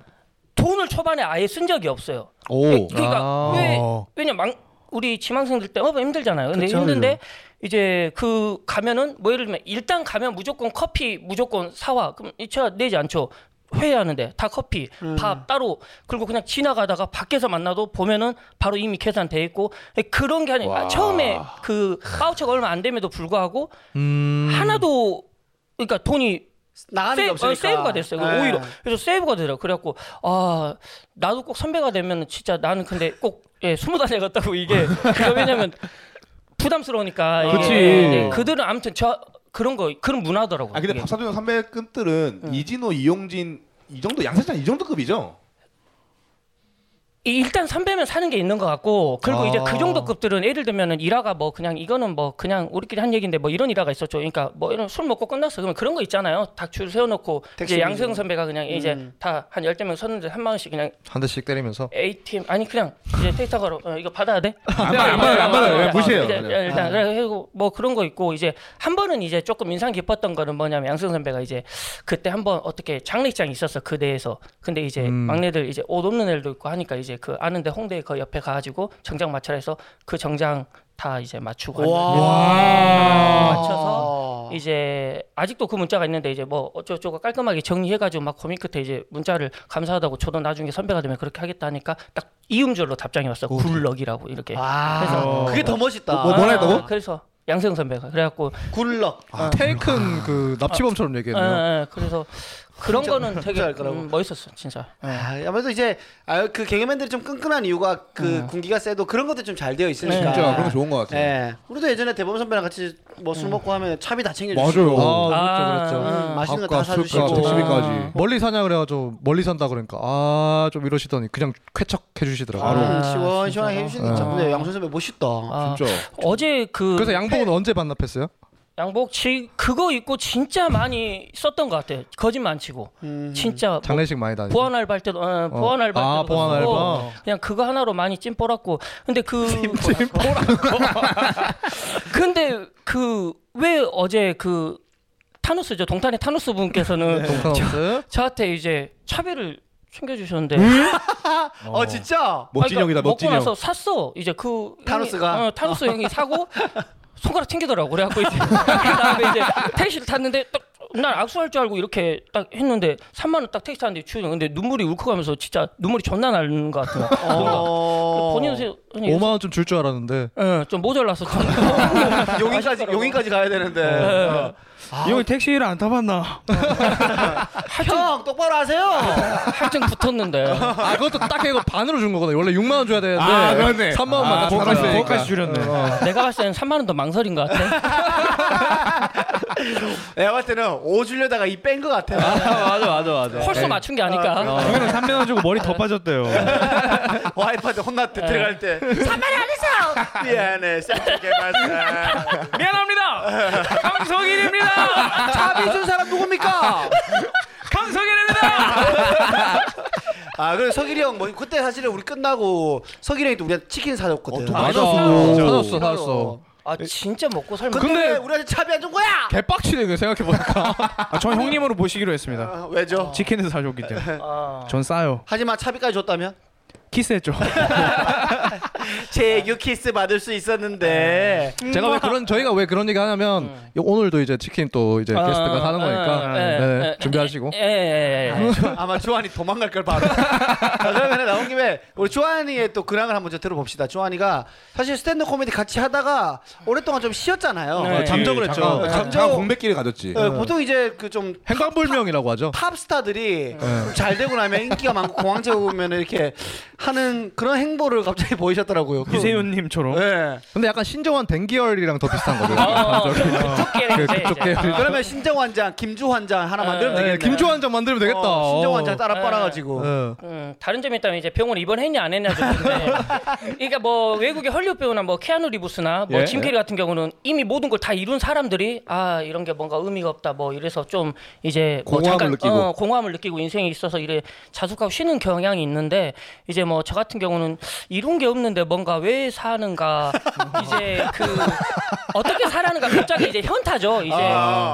돈을 초반에 아예 쓴 적이 없어요. 예, 그러니까 아. 왜 왜냐 망 우리 지망생들 때 어, 힘들잖아요. 근데 힘든데 이제 그 가면은 뭐 예를 들면 일단 가면 무조건 커피 무조건 사와 그럼 이차 내지 않죠. 회의하는데 다 커피, 밥 따로 그리고 그냥 지나가다가 밖에서 만나도 보면은 바로 이미 계산돼 있고 그런 게 아니라 와. 처음에 그 파우처가 얼마 안 됨에도 불구하고 음. 하나도 그러니까 돈이 나가는 게 세이브, 없으니까. 어, 세이브가 됐어요. 네. 오히려 그래서 세이브가 되더라고. 그래갖고 아 나도 꼭 선배가 되면 진짜 나는 근데 꼭 예, 스무 단에 갔다고 이게 그게 왜냐면 부담스러우니까. 이게. 그치. 예, 그들은 아무튼 저 그런 거 그런 문화더라고. 아 근데 박사준 선배급들은 이진호, 이용진 이 정도 양세찬 이 정도급이죠. 일단 선배면 사는 게 있는 것 같고 그리고 아. 이제 그 정도 급들은 예를 들면은 일화가 뭐 그냥 이거는 뭐 그냥 우리끼리 한 얘기인데 뭐 이런 일화가 있었죠. 그러니까 뭐 이런 술 먹고 끝났어. 그러면 그런 거 있잖아요. 닭줄 세워놓고 택시 이제 양세형 민족. 선배가 그냥 이제 음. 다 한 열대 명 섰는데 한 마음씩 그냥 한 대씩 때리면서 ATM 아니 그냥 이제 데이터 걸어 어, 이거 받아야 돼? 안 네. 받아요, 안 받아요, 안 네, 받아요. 예, 그냥 무시해요, 이제 그냥. 네. 일단 그리고 뭐 그런 거 있고 이제 한 번은 이제 조금 인상 깊었던 거는 뭐냐면 양승 선배가 이제 그때 한 번 어떻게 장례식장이 있었어 그 대에서 근데 이제 음. 막내들 이제 옷 없는 애들도 있고 하니까 이제 그 아는데 홍대 그 옆에 가가지고 정장 맞춰라 해서 그 정장 다 이제 맞추고 와. 아. 맞춰서 이제 아직도 그 문자가 있는데 이제 뭐 어쩌고저쩌고 깔끔하게 정리해가지고 막 고민 끝에 이제 문자를 감사하다고 저도 나중에 선배가 되면 그렇게 하겠다 하니까 딱 이음절로 답장이 왔어 굴럭이라고 이렇게 아. 와. 그래서- 아, 그게 더 멋있다. 뭐- 뭐라 했다고? 그래서 양세형 선배가 그래갖고 굴럭. 테이큰 아, 그 납치범처럼 얘기했네요. 예, 예, 그래서 그런 진짜- 거는 되게 진짜 할 거라고. 음, 멋있었어 진짜 아, 아무래도 이제 아, 그 개그맨들이 좀 끈끈한 이유가 그 군기가 세도 그런 것도 좀 잘 되어 있으니까. 네. 진짜 그런 거 좋은 것 같아요. 네. 예. 우리도 예전에 대범 선배랑 같이 뭐 술 먹고 하면 차비 다 챙겨주시고. 맞아요. 네. 아, 아, 그렇죠, 그렇죠. 음, 맛있는 거 다 밥과 사주시고. 음, 술과 아. 택시비까지. 멀리 사냐 그래가지고 멀리 산다 그러니까 아 좀 이러시더니 그냥 쾌척해 주시더라고요. 바로. 네, 음, 시원시원하게 해주시는 게 아. 참. 근데 양선 선배 멋있다. 아, 진짜. 어제 그 그래서 양복은 언제 반납했어요? 양복 지 그거 입고 진짜 많이 썼던 것 같아 거짓말 안 치고 음. 진짜 뭐 장례식 많이 다니고. 보안 알바 할 때도 어, 보안 알바 할 아, 때도 보안 쓰고 알바. 그냥 그거 하나로 많이 찜뽀랐고 근데 그 찜뽀랐고 근데 그 왜 어제 그 타누스죠 동탄의 타누스 분께서는 네. 스 저한테 이제 차비를 챙겨주셨는데 어, 진짜? 음? 멋진 아니, 형이다 그러니까 멋진 형. 먹고 나서 샀어. 이제 그 형이- 타노스가? 어, 타노스 형이 사고 손가락 튕기더라고. 그래갖고 이제 그다음에 이제 택시를 탔는데 딱난 악수할 줄 알고 이렇게 딱 했는데 3만 원 딱 택시 탔는데 주영 근데 눈물이 울컥하면서 진짜 눈물이 존나 나는 것 같아요. 뭔가 어. 본인 어, 5만 원 좀 줄 줄 알았는데. 좀 모자라서 좀 용인까지, 용인까지 아, 가야 되는데. 어. 네. 예. 이 형이 택시를 안 타봤나? 형, 똑바로 하세요! 한층 붙었는데 아 그것도 딱 해고 반으로 준 거거든. 원래 6만 원 줘야 되는데. 아, 그렇네. 3만 원만 아, 거기까지 줬으니까. 거기까지 줄였네. 내가 봤을 때는 3만 원 더 망설인 것 같아. 내가 봤을 때는 네, 오 주려다가 이 뺀 것 같아. 맞아 맞아 맞아. 홀수 맞춘 게 네. 아닐까. 그거는 3만 원 주고 머리 더 빠졌대요. 와이프한테 혼났대 들어갈 때. 산발이 아니세요. 미안해. 쌤 개발사. 미안합니다. 강성일입니다. 차비 준 사람 누굽니까? 강성일입니다. 아 그래 서길이 형 뭐 그때 사실은 우리 끝나고 서길이 형이 어, 또 우리한테 치킨 사줬거든. 아, 사줬어 사줬어. 그 아 진짜 먹고 살만. 근데, 왜 우리한테 차비 안 준 거야? 개빡치네 그 생각해 보니까. 아, 저 형님으로 보시기로 했습니다. 아, 왜죠? 치킨에서 사줬기 때문에. 아. 전 싸요. 하지만 차비까지 줬다면 키스했죠. 제규 키스 받을 수 있었는데 제가 왜 그런 저희가 왜 그런 얘기 하냐면 요- 오늘도 이제 치킨 또 이제 아, 게스트가 사는 아, 거니까 아, 아, 네, 아, 아, 준비하시고. 예, 예, 예, 예. 네. 아마 주한이 도망갈 걸 바로. 그러면 나온 김에 우리 주한이의 또 근황을 한번 좀 들어봅시다. 주한이가 사실 스탠드 코미디 같이 하다가 오랫동안 좀 쉬었잖아요. 네. 잠적을 잠깐, 어, 했죠. 네. 잠깐 잠정- 어, 공백기를 가졌지. 어, 보통 이제 그좀 행방불명이라고 하죠. 팝스타들이 잘 되고 나면 인기가 많고 공황제 오면 이렇게 하는 그런 행보를 갑자기 똑같이 보이셨더라고요. 그- 유세윤님처럼 네. 근데 약간 신정환 댕기열이랑 더 비슷한 거죠. 어, 그쪽 계열인데 그쪽 이제. 계열. 그러면 신정 환장, 김주 환장 하나 만들면 네, 되겠네. 네, 김주환 장 만들면 되겠다. 어, 신정 환장 따라 네. 빨아가지고. 어. 음, 다른 점이 있다면 이제 병원 입원했냐 안 했냐 정도인데 그러니까 뭐 외국의 헐리우드 배우나 뭐 케아누 리브스나 예. 뭐짐 캐리 같은 경우는 이미 모든 걸 다 이룬 사람들이 아 이런 게 뭔가 의미가 없다 뭐 이래서 좀 이제 뭐 공허함을 잠깐, 느끼고. 어, 공허함을 느끼고 인생에 있어서 이래 자숙하고 쉬는 경향이 있는데 이제 뭐 저 같은 경우는 이룬 게 없는데 뭔가 왜 사는가 이제 그 어떻게 살아는가 갑자기 이제 현타죠 이제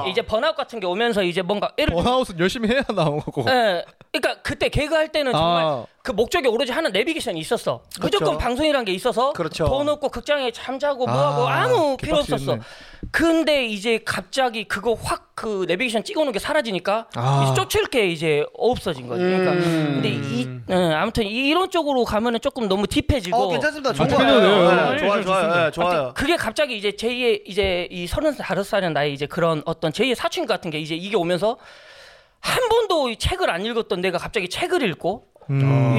이제 번아웃 같은 게 오면서 이제 뭔가 예를 번아웃은 열심히 해야 나온 거고. 예. 그러니까 그때 개그 할 때는 정말 아. 그 목적이 오로지 하나 내비게이션이 있었어. 그렇죠. 무조건 방송이란 게 있어서 그렇죠. 돈 없고 극장에 잠자고 뭐하고 아, 아, 무 필요 개빡치겠네. 없었어. 근데 이제 갑자기 그거 확 그 내비게이션 찍어놓은 게 사라지니까 아. 이제 쫓을 게 이제 없어진 거지. 그러니까 음. 근데 이 예, 아무튼 이- 이런 쪽으로 가면은 조금 너무 딥해지고. 어, 괜찮습니다. 좋은 괜찮아요. 거예요. 네, 좋아요, 좋아요, 예, 좋아요. 그게 갑자기 이제 제2의 이제 이 서른 다섯 살인 나이 이제 그런 어떤 제2의 사춘기 같은 게 이제 이게 오면서 한 번도 이 책을 안 읽었던 내가 갑자기 책을 읽고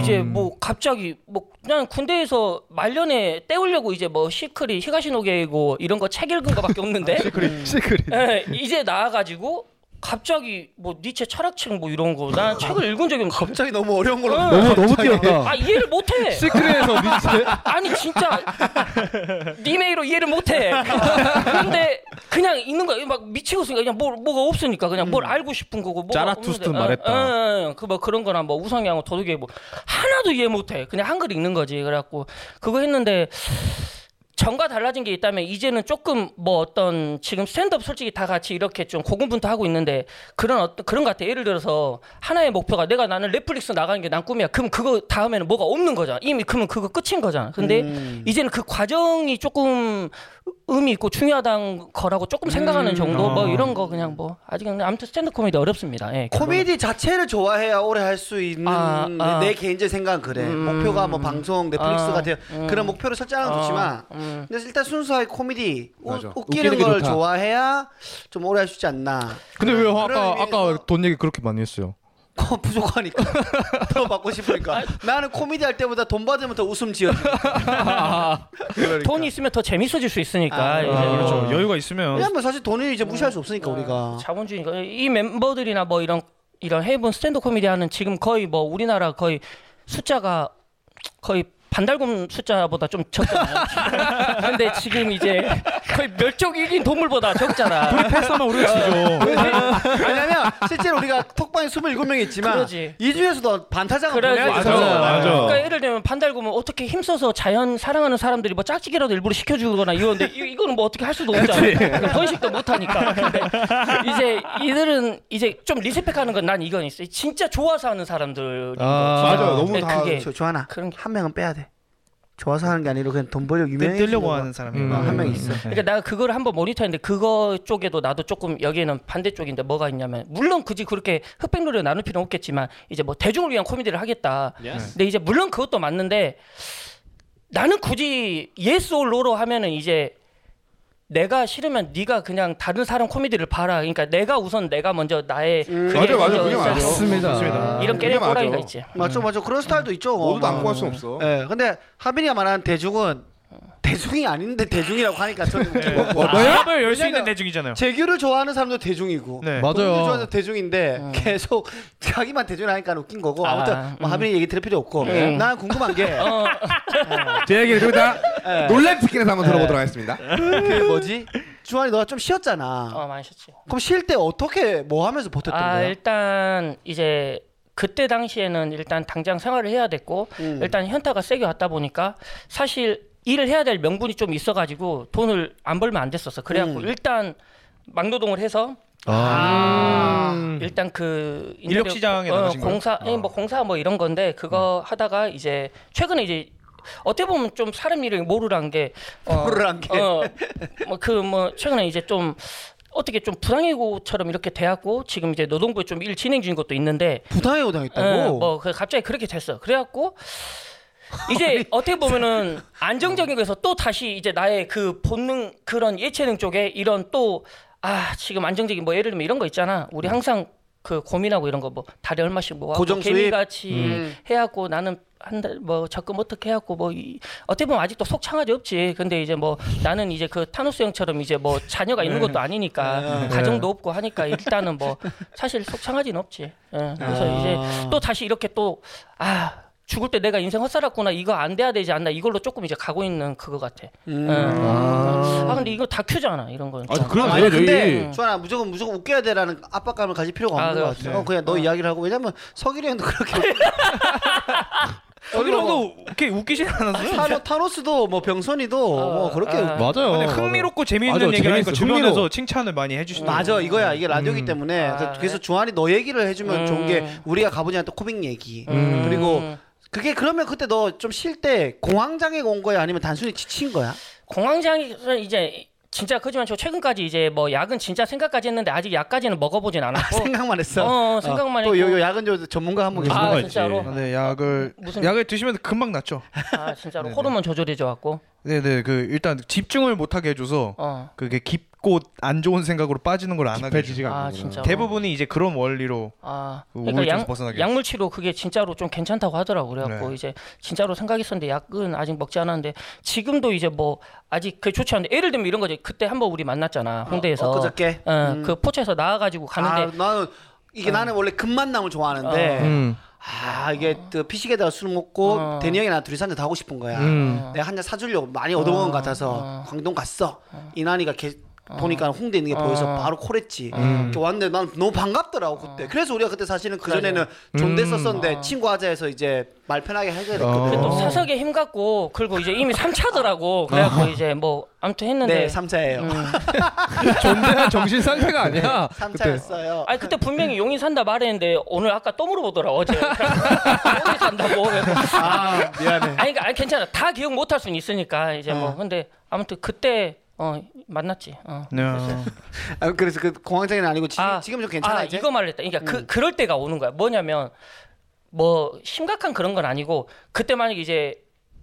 이제 뭐 갑자기 뭐 그냥 군대에서 말년에 때우려고 이제 뭐 시크릿 히가시노게이고 이런 거 책 읽은 거밖에 없는데 시크릿. 시크릿. 예, 이제 나와가지고 갑자기 뭐 니체 철학책 뭐 이런 거 난 책을 읽은 적이 없어. 갑자기 너무 어려운 걸로. 응. 너무 너무 뛰었다. 아 이해를 못해. 시크릿에서 니체. 아니 진짜 니메이로 이해를 못해. 근데 그냥 있는 거야. 막 미치고 있으니까 그냥 뭐, 뭐가 없으니까 그냥 뭘 알고 싶은 거고. 뭐가 음. 자라투스트 없는데. 어, 말했다. 그뭐 그런 거나 뭐 우상향어 도둑이 뭐 하나도 이해 못해. 그냥 한글 읽는 거지. 그래갖고 그거 했는데 전과 달라진 게 있다면 이제는 조금 뭐 어떤 지금 스탠드업 솔직히 다 같이 이렇게 좀 고군분투하고 있는데 그런 어떤 그런 것 같아. 예를 들어서 하나의 목표가 내가 나는 넷플릭스 나가는 게 난 꿈이야. 그럼 그거 다음에는 뭐가 없는 거잖아. 이미 그러면 그거 끝인 거잖아. 근데 음. 이제는 그 과정이 조금 의미 있고 중요하다는 거라고 조금 생각하는 음. 정도 아. 뭐 이런 거 그냥 뭐 아직 은 아무튼 스탠드 코미디 어렵습니다. 예. 코미디 자체를 좋아해야 오래 할 수 있는 아, 아. 내 개인적 생각은 그래. 음. 목표가 뭐 방송, 넷플릭스 아, 같은 그런 목표를 설정하는 건 어, 좋지만 음. 근데 일단 순수하게 코미디 우- 맞아. 웃기는 웃기는 게 걸 좋다. 좋아해야 좀 오래 할 수 있지 않나. 근데 왜 그런 아까 의미에서- 아까 돈 얘기 그렇게 많이 했어요? 어, 부족하니까 더 받고 싶으니까 나는 코미디 할 때보다 돈 받으면 더 웃음 지어. 돈이 있으면 더 재밌어질 수 있으니까. 아, 이제 그러니까. 아, 뭐 그렇죠 여유가 있으면 왜냐면 사실 돈을 이제 무시할 수 없으니까 어. 우리가. 자본주의니까 이 멤버들이나 뭐 이런 이런 해본 스탠드 코미디 하는 지금 거의 뭐 우리나라 거의 숫자가 거의 반달곰 숫자보다 좀 적잖아요. 근데 지금 이제 거의 멸종위기인 동물보다 적잖아. 패스하면 우리가 지죠. 왜냐면 실제로 우리가 톡방에 27명이 있지만 그러지. 이 중에서도 반타작은 그래야지. 분명히 맞아, 있어요. 맞아. 그러니까 예를 들면 반달곰은 어떻게 힘써서 자연 사랑하는 사람들이 뭐 짝짓기라도 일부러 시켜주거나 이러는데 이- 이거는 뭐 어떻게 할 수도 없잖아. 그러니까 번식도 못하니까. 근데 이제 이들은 이제 좀 리스펙하는 건 난 이건 있어. 진짜 좋아서 하는 사람들. 아, 맞아 너무 네, 다 그게. 저, 조하나 그런 게. 한 명은 빼야 돼. 좋아서 하는 게 아니라 그냥 돈 벌려 유명해. 뜨려고 하는 사람이 음. 한 명 있어. 그러니까 내가 그걸 한번 모니터했는데 그거 쪽에도 나도 조금 여기에는 반대쪽인데 뭐가 있냐면 물론 굳이 그렇게 흑백놀이로 나눌 필요는 없겠지만 이제 뭐 대중을 위한 코미디를 하겠다. 예. 근데 이제 물론 그것도 맞는데 나는 굳이 예스 올 로로 하면은 이제 내가 싫으면 네가 그냥 다른 사람 코미디를 봐라. 그러니까 내가 우선 내가 먼저 나의 음. 맞아 맞아 그게 먼저 맞아 맞습니다. 이런 그게 깨는 맞아. 꼬라이가 있지. 맞죠, 맞죠. 음. 그런 스타일도 있죠. 뭐. 모두도 안 구할 순 없어 예, 근데 하빈이가 말하는 대중은 대중이 아닌데 대중이라고 하니까 저는 네. 웃기고. 네? 합을 아, 열 수 있는 대중이잖아요 재규를 좋아하는 사람도 대중이고. 네. 돈을 맞아요. 좋아해서 대중인데 계속 자기만 대중하니까 웃긴 거고 아무튼 음. 아, 뭐 음. 하빈이 얘기 들을 필요 없고 음. 난 궁금한 게 어, 제 얘기를 좀 이따 네. 놀란 치킨에서 한번 들어보도록 하겠습니다 그 뭐지 주환이 너가 좀 쉬었잖아 어 많이 쉬었지. 그럼 쉴 때 어떻게 뭐 하면서 버텼던 아 거야? 일단 이제 그때 당시에는 일단 당장 생활을 해야 됐고 음. 일단 현타가 세게 왔다 보니까 사실 일을 해야 될 명분이 좀 있어가지고 돈을 안 벌면 안 됐었어. 그래갖고 음. 일단 막노동을 해서 아, 일단 그 아. 인력 인테리어- 시장에 나가신 거예요? 음. 공사 아니, 뭐 공사 뭐 이런 건데 그거 하다가 이제 최근에 이제 어떻게 보면 좀 사람 일을 모르란 게 어, 모르란 게. 뭐 그 뭐 최근에 이제 좀 어떻게 좀 부당해고처럼 이렇게 돼갖고 지금 이제 노동부에 좀 일 진행 중인 것도 있는데 부당해고 예, 당했다고? 뭐 그- 갑자기 그렇게 됐어. 그래갖고 이제 어떻게 보면은 안정적인 거에서 또 다시 이제 나의 그 본능 그런 예체능 쪽에 이런 또 아 지금 안정적인 뭐 예를 들면 이런 거 있잖아. 우리 항상 그 고민하고 이런 거 뭐 달에 얼마씩 모아 음. 고정 수입? 개미같이 음. 해갖고 나는 한달뭐 적금 어떻게 해갖고 뭐 이, 어떻게 보면 아직도 속창하지 없지. 근데 이제 뭐 나는 이제 그 타노스 형처럼 이제 뭐 자녀가 있는 네. 것도 아니니까 가정도 없고 하니까 일단은 뭐 사실 속창하진 없지. 예, 그래서 아. 어. 이제 또 다시 이렇게 또 아 죽을 때 내가 인생 헛살았구나 이거 안 돼야 되지 않나 이걸로 조금 이제 가고 있는 그거 같아. 예. 아. 근데 이거 다큐잖아 이런 건. 아, 그럼 아니 아니, 근데 저희 주한아 무조건 무조건 웃겨야 돼라는 압박감을 가질 필요가 아, 없는 네, 것 같아요. 어, 그냥 너 이야기를 하고 왜냐면 서기리 형도 그렇게 여기로도 뭐 이렇게 웃기진 않았어요. 타노, 타노스도 뭐 병선이도 뭐 그렇게 아. 맞아요. 어. 근데 흥미롭고 맞아, 재미있는 얘기하니까 재밌어. 주변에서 흥미로워. 칭찬을 많이 해주시는. 맞아 이거야 이게 라디오기 음. 때문에 아, 그래서 주한이 너 얘기를 해주면 음. 좋은 게 우리가 가보니한테 코빅 얘기 음. 그리고 그게 그러면 그때 너 좀 쉴 때 공황장애 온 거야 아니면 단순히 지친 거야? 공황장애 이제 진짜 크지만 저 최근까지 이제 뭐 약은 진짜 생각까지 했는데 아직 약까지는 먹어보진 않았고 생각만 했어. 어, 생각만 아, 또 했고. 요, 요 약은 저 전문가 한 분 계신 아 거 진짜로 있지. 네 약을 무슨- 약을 드시면 금방 낫죠. 아 진짜로 호르몬 조절해져 갖고 네네 그 일단 집중을 못하게 해줘서 어. 그게 깊고 안 좋은 생각으로 빠지는 걸 안 하게. 해줘요. 집해지지가 아 않는 진짜 대부분이 이제 그런 원리로 아 그 그러니까 우울증에서 양, 벗어나게 약물 치료 그게 진짜로 좀 괜찮다고 하더라고 그래갖고 네. 이제 진짜로 생각했었는데 약은 아직 먹지 않았는데 지금도 이제 뭐 아직 그게 좋지 않은데 예를 들면 이런 거지 그때 한번 우리 만났잖아 홍대에서 엊그저께? 어, 음. 그 포차에서 나와가지고 아, 가는데 어. 나는 이게 나는 원래 금만남을 좋아하는데 아 이게 그 피식에다가 술 먹고 음. 어. 음. 대니 형이랑 둘이서 한잔 하고 싶은 거야. 내가 한 잔 사주려고 많이 얻어먹은 것 같아서 광동 갔어. 이난이가 걔 어. 보니까 홍대 있는 게 보여서 바로 콜했지. 음. 이렇게 왔는데 난 너무 반갑더라고 어. 그때. 그래서 우리가 그때 사실은 그 전에는 존댔었었는데 친구 하자에서 이제 말 편하게 하게 음. 어. 아, 그게 어. 됐거든. 또 사석에 힘 갖고 그리고 이제 이미 3차더라고 그래갖고 아. 이제 뭐 아무튼 했는데 네, 삼차예요 음. 존재한 정신 상태가 아니야. 네. 삼차였어요 아니 그때 분명히 용인 산다 말했는데 오늘 아까 또 물어보더라 어제 용인 산다고 아, 미안해. 아니, 아니 괜찮아 다 기억 못 할 수는 있으니까 이제 어. 뭐 근데 아무튼 그때 어 만났지 어. 네. 아, 그래서 그 공황장애는 아니고 지, 아, 금좀 괜찮아 아, 이제? 음. 이거 말했다 그러니까 그 그럴 때가 오는 거야 뭐냐면 뭐 심각한 그런 건 아니고 그때 만약에 이제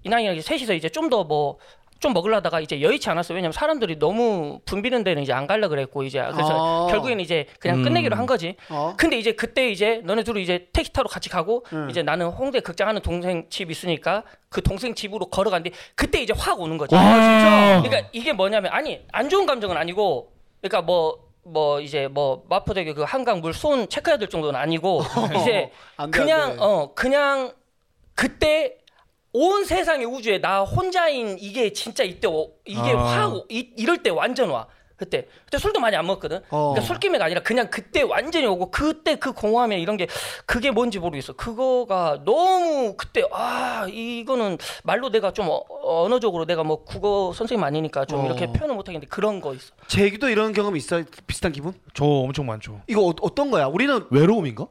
이나이랑 이제 셋이서 이제 좀 더 뭐 좀 먹으려다가 이제 여의치 않았어 왜냐면 사람들이 너무 분비는 데는 이제 안 갈라 그랬고 이제 아. 그래서 결국엔 이제 그냥 끝내기로 한 거지 어. 근데 이제 그때 이제 너네 둘이 이제 택시 타러 같이 가고 이제 나는 홍대 극장하는 동생 집 있으니까 그 동생 집으로 걸어갔는데 그때 이제 확 오는 거지. 진짜. 그러니까 이게 뭐냐면 아니 안 좋은 감정은 아니고 그러니까 뭐. 뭐 이제 뭐 마포대교 그 한강 물 손 체크해야 될 정도는 아니고 이제 안 돼, 안 그냥 돼. 어 그냥 그때 온 세상의 우주에 나 혼자인 이게 진짜 이때 오- 이게 아. 확 오- 이, 이럴 때 완전 와 그때 그때 술도 많이 안 먹거든 어. 그러니까 술김에가 아니라 그냥 그때 완전히 오고 그때 그 공허함이나 이런 게 그게 뭔지 모르겠어 그거가 너무 그때 아 이거는 말로 내가 좀 어- 언어적으로 내가 뭐 국어 선생님 아니니까 좀 어. 이렇게 표현을 못하겠는데 그런 거 있어 제주도 이런 경험 있어? 비슷한 기분? 저 엄청 많죠. 이거 어, 어떤 거야? 우리는 외로움인가?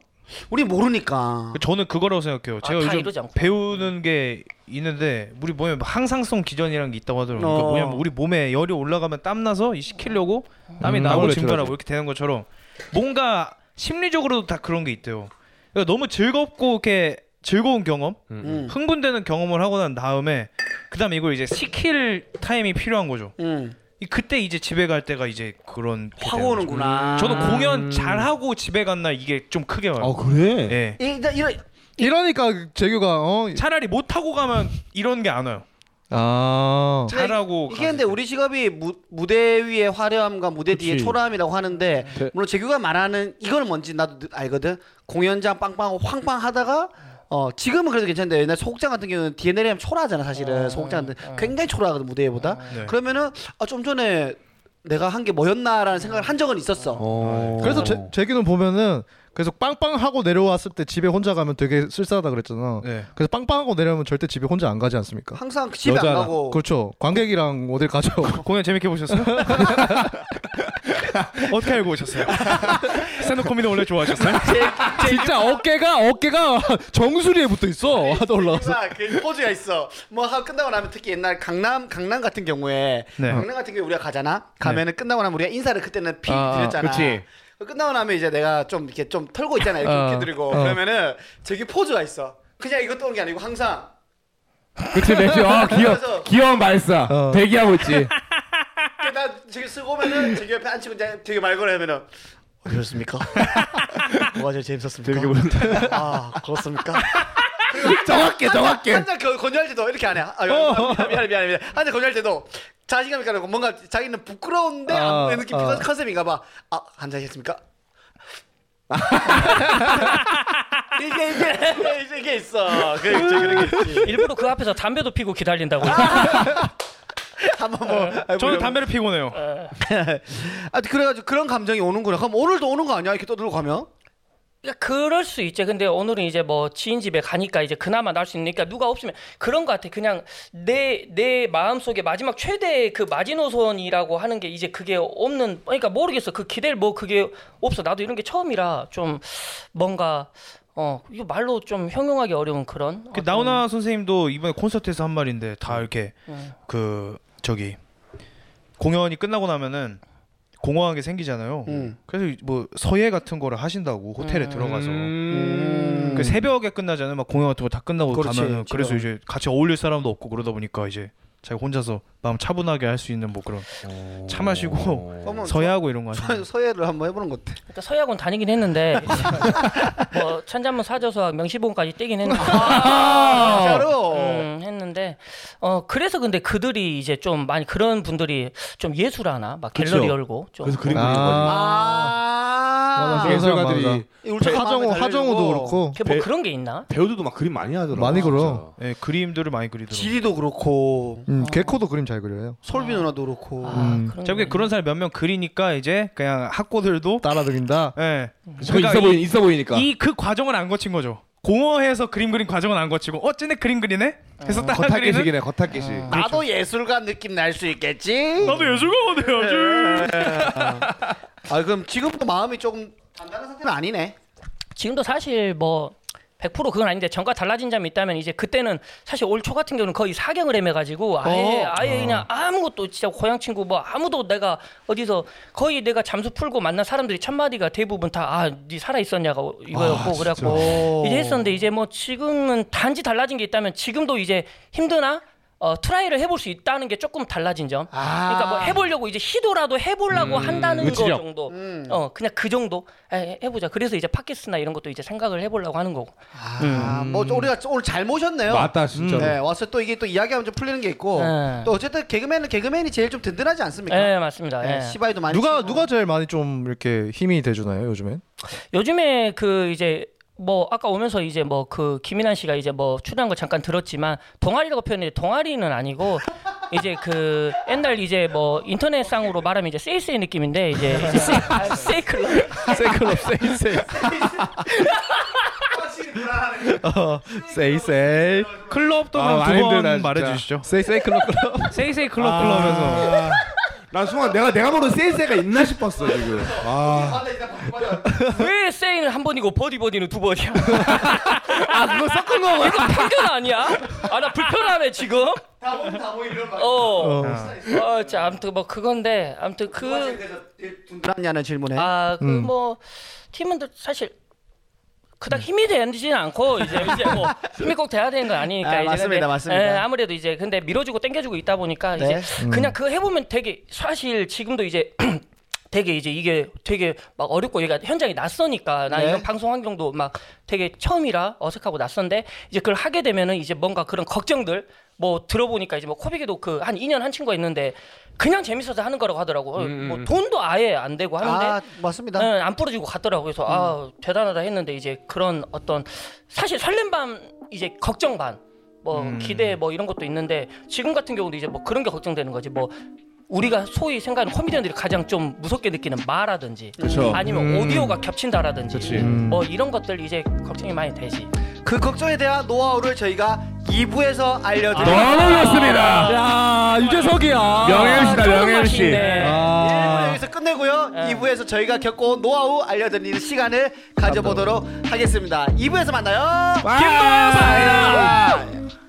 우리 모르니까. 저는 그거라고 생각해요. 아, 제가 다 요즘 이러지 않고. 배우는 게 있는데 우리 몸에 항상성 기전이라는 게 있다고 하더라고요. 어. 그러니까 뭐냐면 우리 몸에 열이 올라가면 땀 나서 이 식히려고 땀이 음, 나고 땀을 증발하고 내더라고요. 이렇게 되는 것처럼 뭔가 심리적으로도 다 그런 게 있대요. 그러니까 너무 즐겁고 이렇게 즐거운 경험, 음. 흥분되는 경험을 하고 난 다음에 그다음에 이걸 이제 식힐 타임이 필요한 거죠. 음. 이- 그때 이제 집에 갈 때가 이제 그런 게 확 되는 거죠. 오는구나. 저도 공연 잘 하고 집에 간 날 이게 좀 크게 와요. 아 그래? 예. 일단 이런 이러니까 재규가 어. 차라리 못 하고 가면 이런 게 안 와요. 아. 잘하고 이게 가는 근데 우리 직업이 무, 무대 위의 화려함과 무대 뒤의 그치. 초라함이라고 하는데 대- 물론 재규가 말하는 이건 뭔지 나도 느- 알거든. 공연장 빵빵 황빵 하다가 어 지금은 그래도 괜찮은데 옛날 소극장 같은 경우는 뒤에 내리면 초라하잖아 사실은 소극장 같은 굉장히 초라하거든 무대보다. 네. 그러면은 아, 좀 전에 내가 한 게 뭐였나라는 생각을 한 적은 있었어. 그래서 제, 재규는 보면은 계속 빵빵하고 내려왔을 때 집에 혼자 가면 되게 쓸쓸하다 그랬잖아. 네. 그래서 빵빵하고 내려오면 절대 집에 혼자 안 가지 않습니까? 항상 집에 안 여자라. 가고 그렇죠. 관객이랑 어딜 가죠. 공연 재밌게 보셨어요? 어떻게 알고 오셨어요? 스탠드 코미디 원래 좋아하셨어요? 네, 진짜 어깨가 어깨가 정수리에 붙어 있어. 하도 올라가서. 아, 그 포즈가 있어. 뭐 하고 끝나고 나면 특히 옛날 강남 강남 같은 경우에 네. 강남 같은 경우 에 우리가 가잖아. 가면은 끝나고 나면 우리가 인사를 그때는 피 네. 아, 드렸잖아. 그치. 그 끝나고 나면 이제 내가 좀 이렇게 좀 털고 있잖아. 이렇게 어, 이렇게 들고 어. 그러면은 저기 포즈가 있어. 그냥 이거 떠는 게 아니고 항상 그치 내주 아 귀여 그래서- 귀여운 발사 어. 대기하고 있지 나 저기 쓰고 오면은 저기 옆에 앉히고 이제 되게 말걸어 하면은 어떠셨습니까? 뭐가 제일 재밌었습니까? 아 그렇습니까? 정확해 예. 정확해. 한잔 건조할 때도 이렇게 안 해. 아, 미안, 미안, 미안, 미안. 한잔 건조할 때도 자신감이 가지고 뭔가 자기는 부끄러운데 아, 안 느낌 아. 컨셉인가 봐. 아, 한잔 했습니까? 이게 이게 이게, 이게 있어. 그렇지, 그렇지. 일부러 그 앞에서 담배도 피고 기다린다고. 한번 뭐. 저는 담배를 피곤해요. 네. 아, 그래가지고 그런 감정이 오는구나. 그럼 오늘도 오는 거 아니야? 이렇게 떠들고 가면? 그러니까 그럴 수 있지. 근데 오늘은 이제 뭐 지인 집에 가니까 이제 그나마 나올 수 있으니까 누가 없으면 그런 것 같아. 그냥 내 내 마음 속에 마지막 최대의 그 마지노선이라고 하는 게 이제 그게 없는. 그러니까 모르겠어. 그 기댈 뭐 그게 없어. 나도 이런 게 처음이라 좀 뭔가 어 이거 말로 좀 형용하기 어려운 그런. 그 어떤- 나훈아 선생님도 이번에 콘서트에서 한 말인데 네. 다 이렇게 음. 그 저기 공연이 끝나고 나면은 공허한 게 생기잖아요. 음. 그래서 뭐 서예 같은 거를 하신다고 호텔에 음. 들어가서 음. 그 새벽에 끝나잖아요. 막 공연 같은 거 다 끝나고 그렇지, 가면은 집에 그래서 가면. 이제 같이 어울릴 사람도 없고 그러다 보니까 이제 자기 혼자서 마음 차분하게 할 수 있는 뭐 그런 차 마시고 네. 그러면 서예하고 이런 거 서- 하시는 서예를 한번 해보는 것 같아. 그러니까 서약원 다니긴 했는데 뭐 천자문 사줘서 명시본까지 떼긴 했는데. 아, 아! 어. 진짜로. 음, 했는데 어 그래서 근데 그들이 이제 좀 많이 그런 분들이 좀 예술하나 막 갤러리 그쵸. 열고 좀 그래서 그림 그리는 거지. 그 아. 맞아. 예술가들이 맞아. 이 울창한 마음을 네, 하정우 하정우도 달래려고. 그렇고 그게 뭐 배- 그런 게 있나? 배우들도 막 그림 많이 하더라. 많이 그려. 예, 그림들을 많이 그리더라고요. 지리도 그렇고 음, 개코도 그림 잘 그려요. 솔비 누나도 그렇고 아, 음. 그런 제가 보기엔 그런 사람 몇 명 그리니까 이제 그냥 학고들도 따라 그린다. 예. 저 그러니까 있어 보이 있어 보이니까. 이 그 과정을 안 거친 거죠. 공허해서 그림 그린 과정은 안 거치고 어 쟤네 그림 그리네? 해서 따라 어. 그리는 겉핥기식이네 겉핥기식. 나도 예술가 느낌 날 수 있겠지? 나도 예술가거든요. 아 그럼 지금도 마음이 조금 단단한 상태는 아니네. 지금도 사실 뭐 100% 그건 아닌데 정가 달라진 점이 있다면 이제 그때는 사실 올 초 같은 경우는 거의 사경을 헤매가지고 어. 아예 아예 그냥 아무것도 진짜 고향 친구 뭐 아무도 내가 어디서 거의 내가 잠수 풀고 만난 사람들이 첫 마디가 대부분 다아네 살아 있었냐가 이거였고 그래갖고 이제 했었는데 이제 뭐 지금은 단지 달라진 게 있다면 지금도 이제 힘드나 어, 트라이를 해볼 수 있다는 게 조금 달라진 점. 아. 그러니까 뭐 해보려고 이제 시도라도 해보려고 한다는 의지력. 거 정도. 음. 어 그냥 그 정도 에, 해보자. 그래서 이제 팟캐스트나 이런 것도 이제 생각을 해보려고 하는 거고. 아뭐 우리가 오늘 잘 모셨네요. 맞다 진짜. 네 와서 또 이게 또 이야기하면 좀 풀리는 게 있고 네. 또 어쨌든 개그맨은 개그맨이 제일 좀 든든하지 않습니까? 예 맞습니다. 예. 네, 시바이도 많이 누가 치고. 누가 제일 많이 좀 이렇게 힘이 돼주나요 요즘엔? 요즘에 그 이제 뭐 아까 오면서 이제 뭐 그 김인환 씨가 이제 뭐 출연한 거 잠깐 들었지만 동아리라고 표현했는데 동아리는 아니고 이제 그 옛날 이제 뭐 인터넷상으로 말하면 이제 세이스의 느낌인데 이제 세이클럽 세클럽 세이세 아, 세이세 클럽도 아, 그럼 많이 두번 힘들다, 진짜. 말해주시죠. 아. 세이세 클럽 클럽 세이세이 클럽 클럽에서 난 순간 내가 내가 모르는 세이세가 있나 싶었어 지금. 아, 왜 세이는 한 번이고 버디 버디는 두 번이야? 아 그거 섞은 거 이거 편견 아니야? 아 나 불편하네 지금. 다 뭐, 보면 다보 이런 거. 어. 어, 자, 아무튼 뭐 그건데 아무튼 그 든든하냐는 질문에. 음. 아, 그 뭐 팀원들 사실 그닥 네. 힘이 되지는 않고 이제 이제 뭐 힘이 꼭 돼야 되는 건 아니니까 아, 이제 맞습니다, 근데, 맞습니다. 예, 아무래도 이제 근데 밀어주고 당겨주고 있다 보니까 네. 이제 그냥 그거 해보면 되게 사실 지금도 이제 되게 이제 이게 되게 막 어렵고 얘가 현장이 낯서니까 나 네. 이런 방송 환경도 막 되게 처음이라 어색하고 낯선데 이제 그걸 하게 되면은 이제 뭔가 그런 걱정들 뭐 들어보니까 이제 뭐 코빅에도 그 한 2년 한 친구가 있는데 그냥 재밌어서 하는 거라고 하더라고. 뭐 돈도 아예 안 되고 하는데 아 맞습니다. 예, 안 부러지고 갔더라고. 그래서 아 대단하다 했는데 이제 그런 어떤 사실 설렘 반 이제 걱정 반. 뭐 기대 뭐 이런 것도 있는데 지금 같은 경우도 이제 뭐 그런 게 걱정되는 거지 뭐 우리가 소위 생각하는 코미디언들이 가장 좀 무섭게 느끼는 마라든지 그쵸. 아니면 오디오가 겹친다라든지 뭐 이런 것들 이제 걱정이 많이 되지 그 걱정에 대한 노하우를 저희가 2부에서 알려드립니다. 아. 좋습니다. 야 유재석이야 명예- 명예일시다, 아, 쫄은 명예일시. 맛이 있네. 아. 1부 여기서 끝내고요. 2부에서 저희가 겪어온 노하우 알려드리는 시간을 가져보도록 하겠습니다. 2부에서 만나요. 김도사입니다.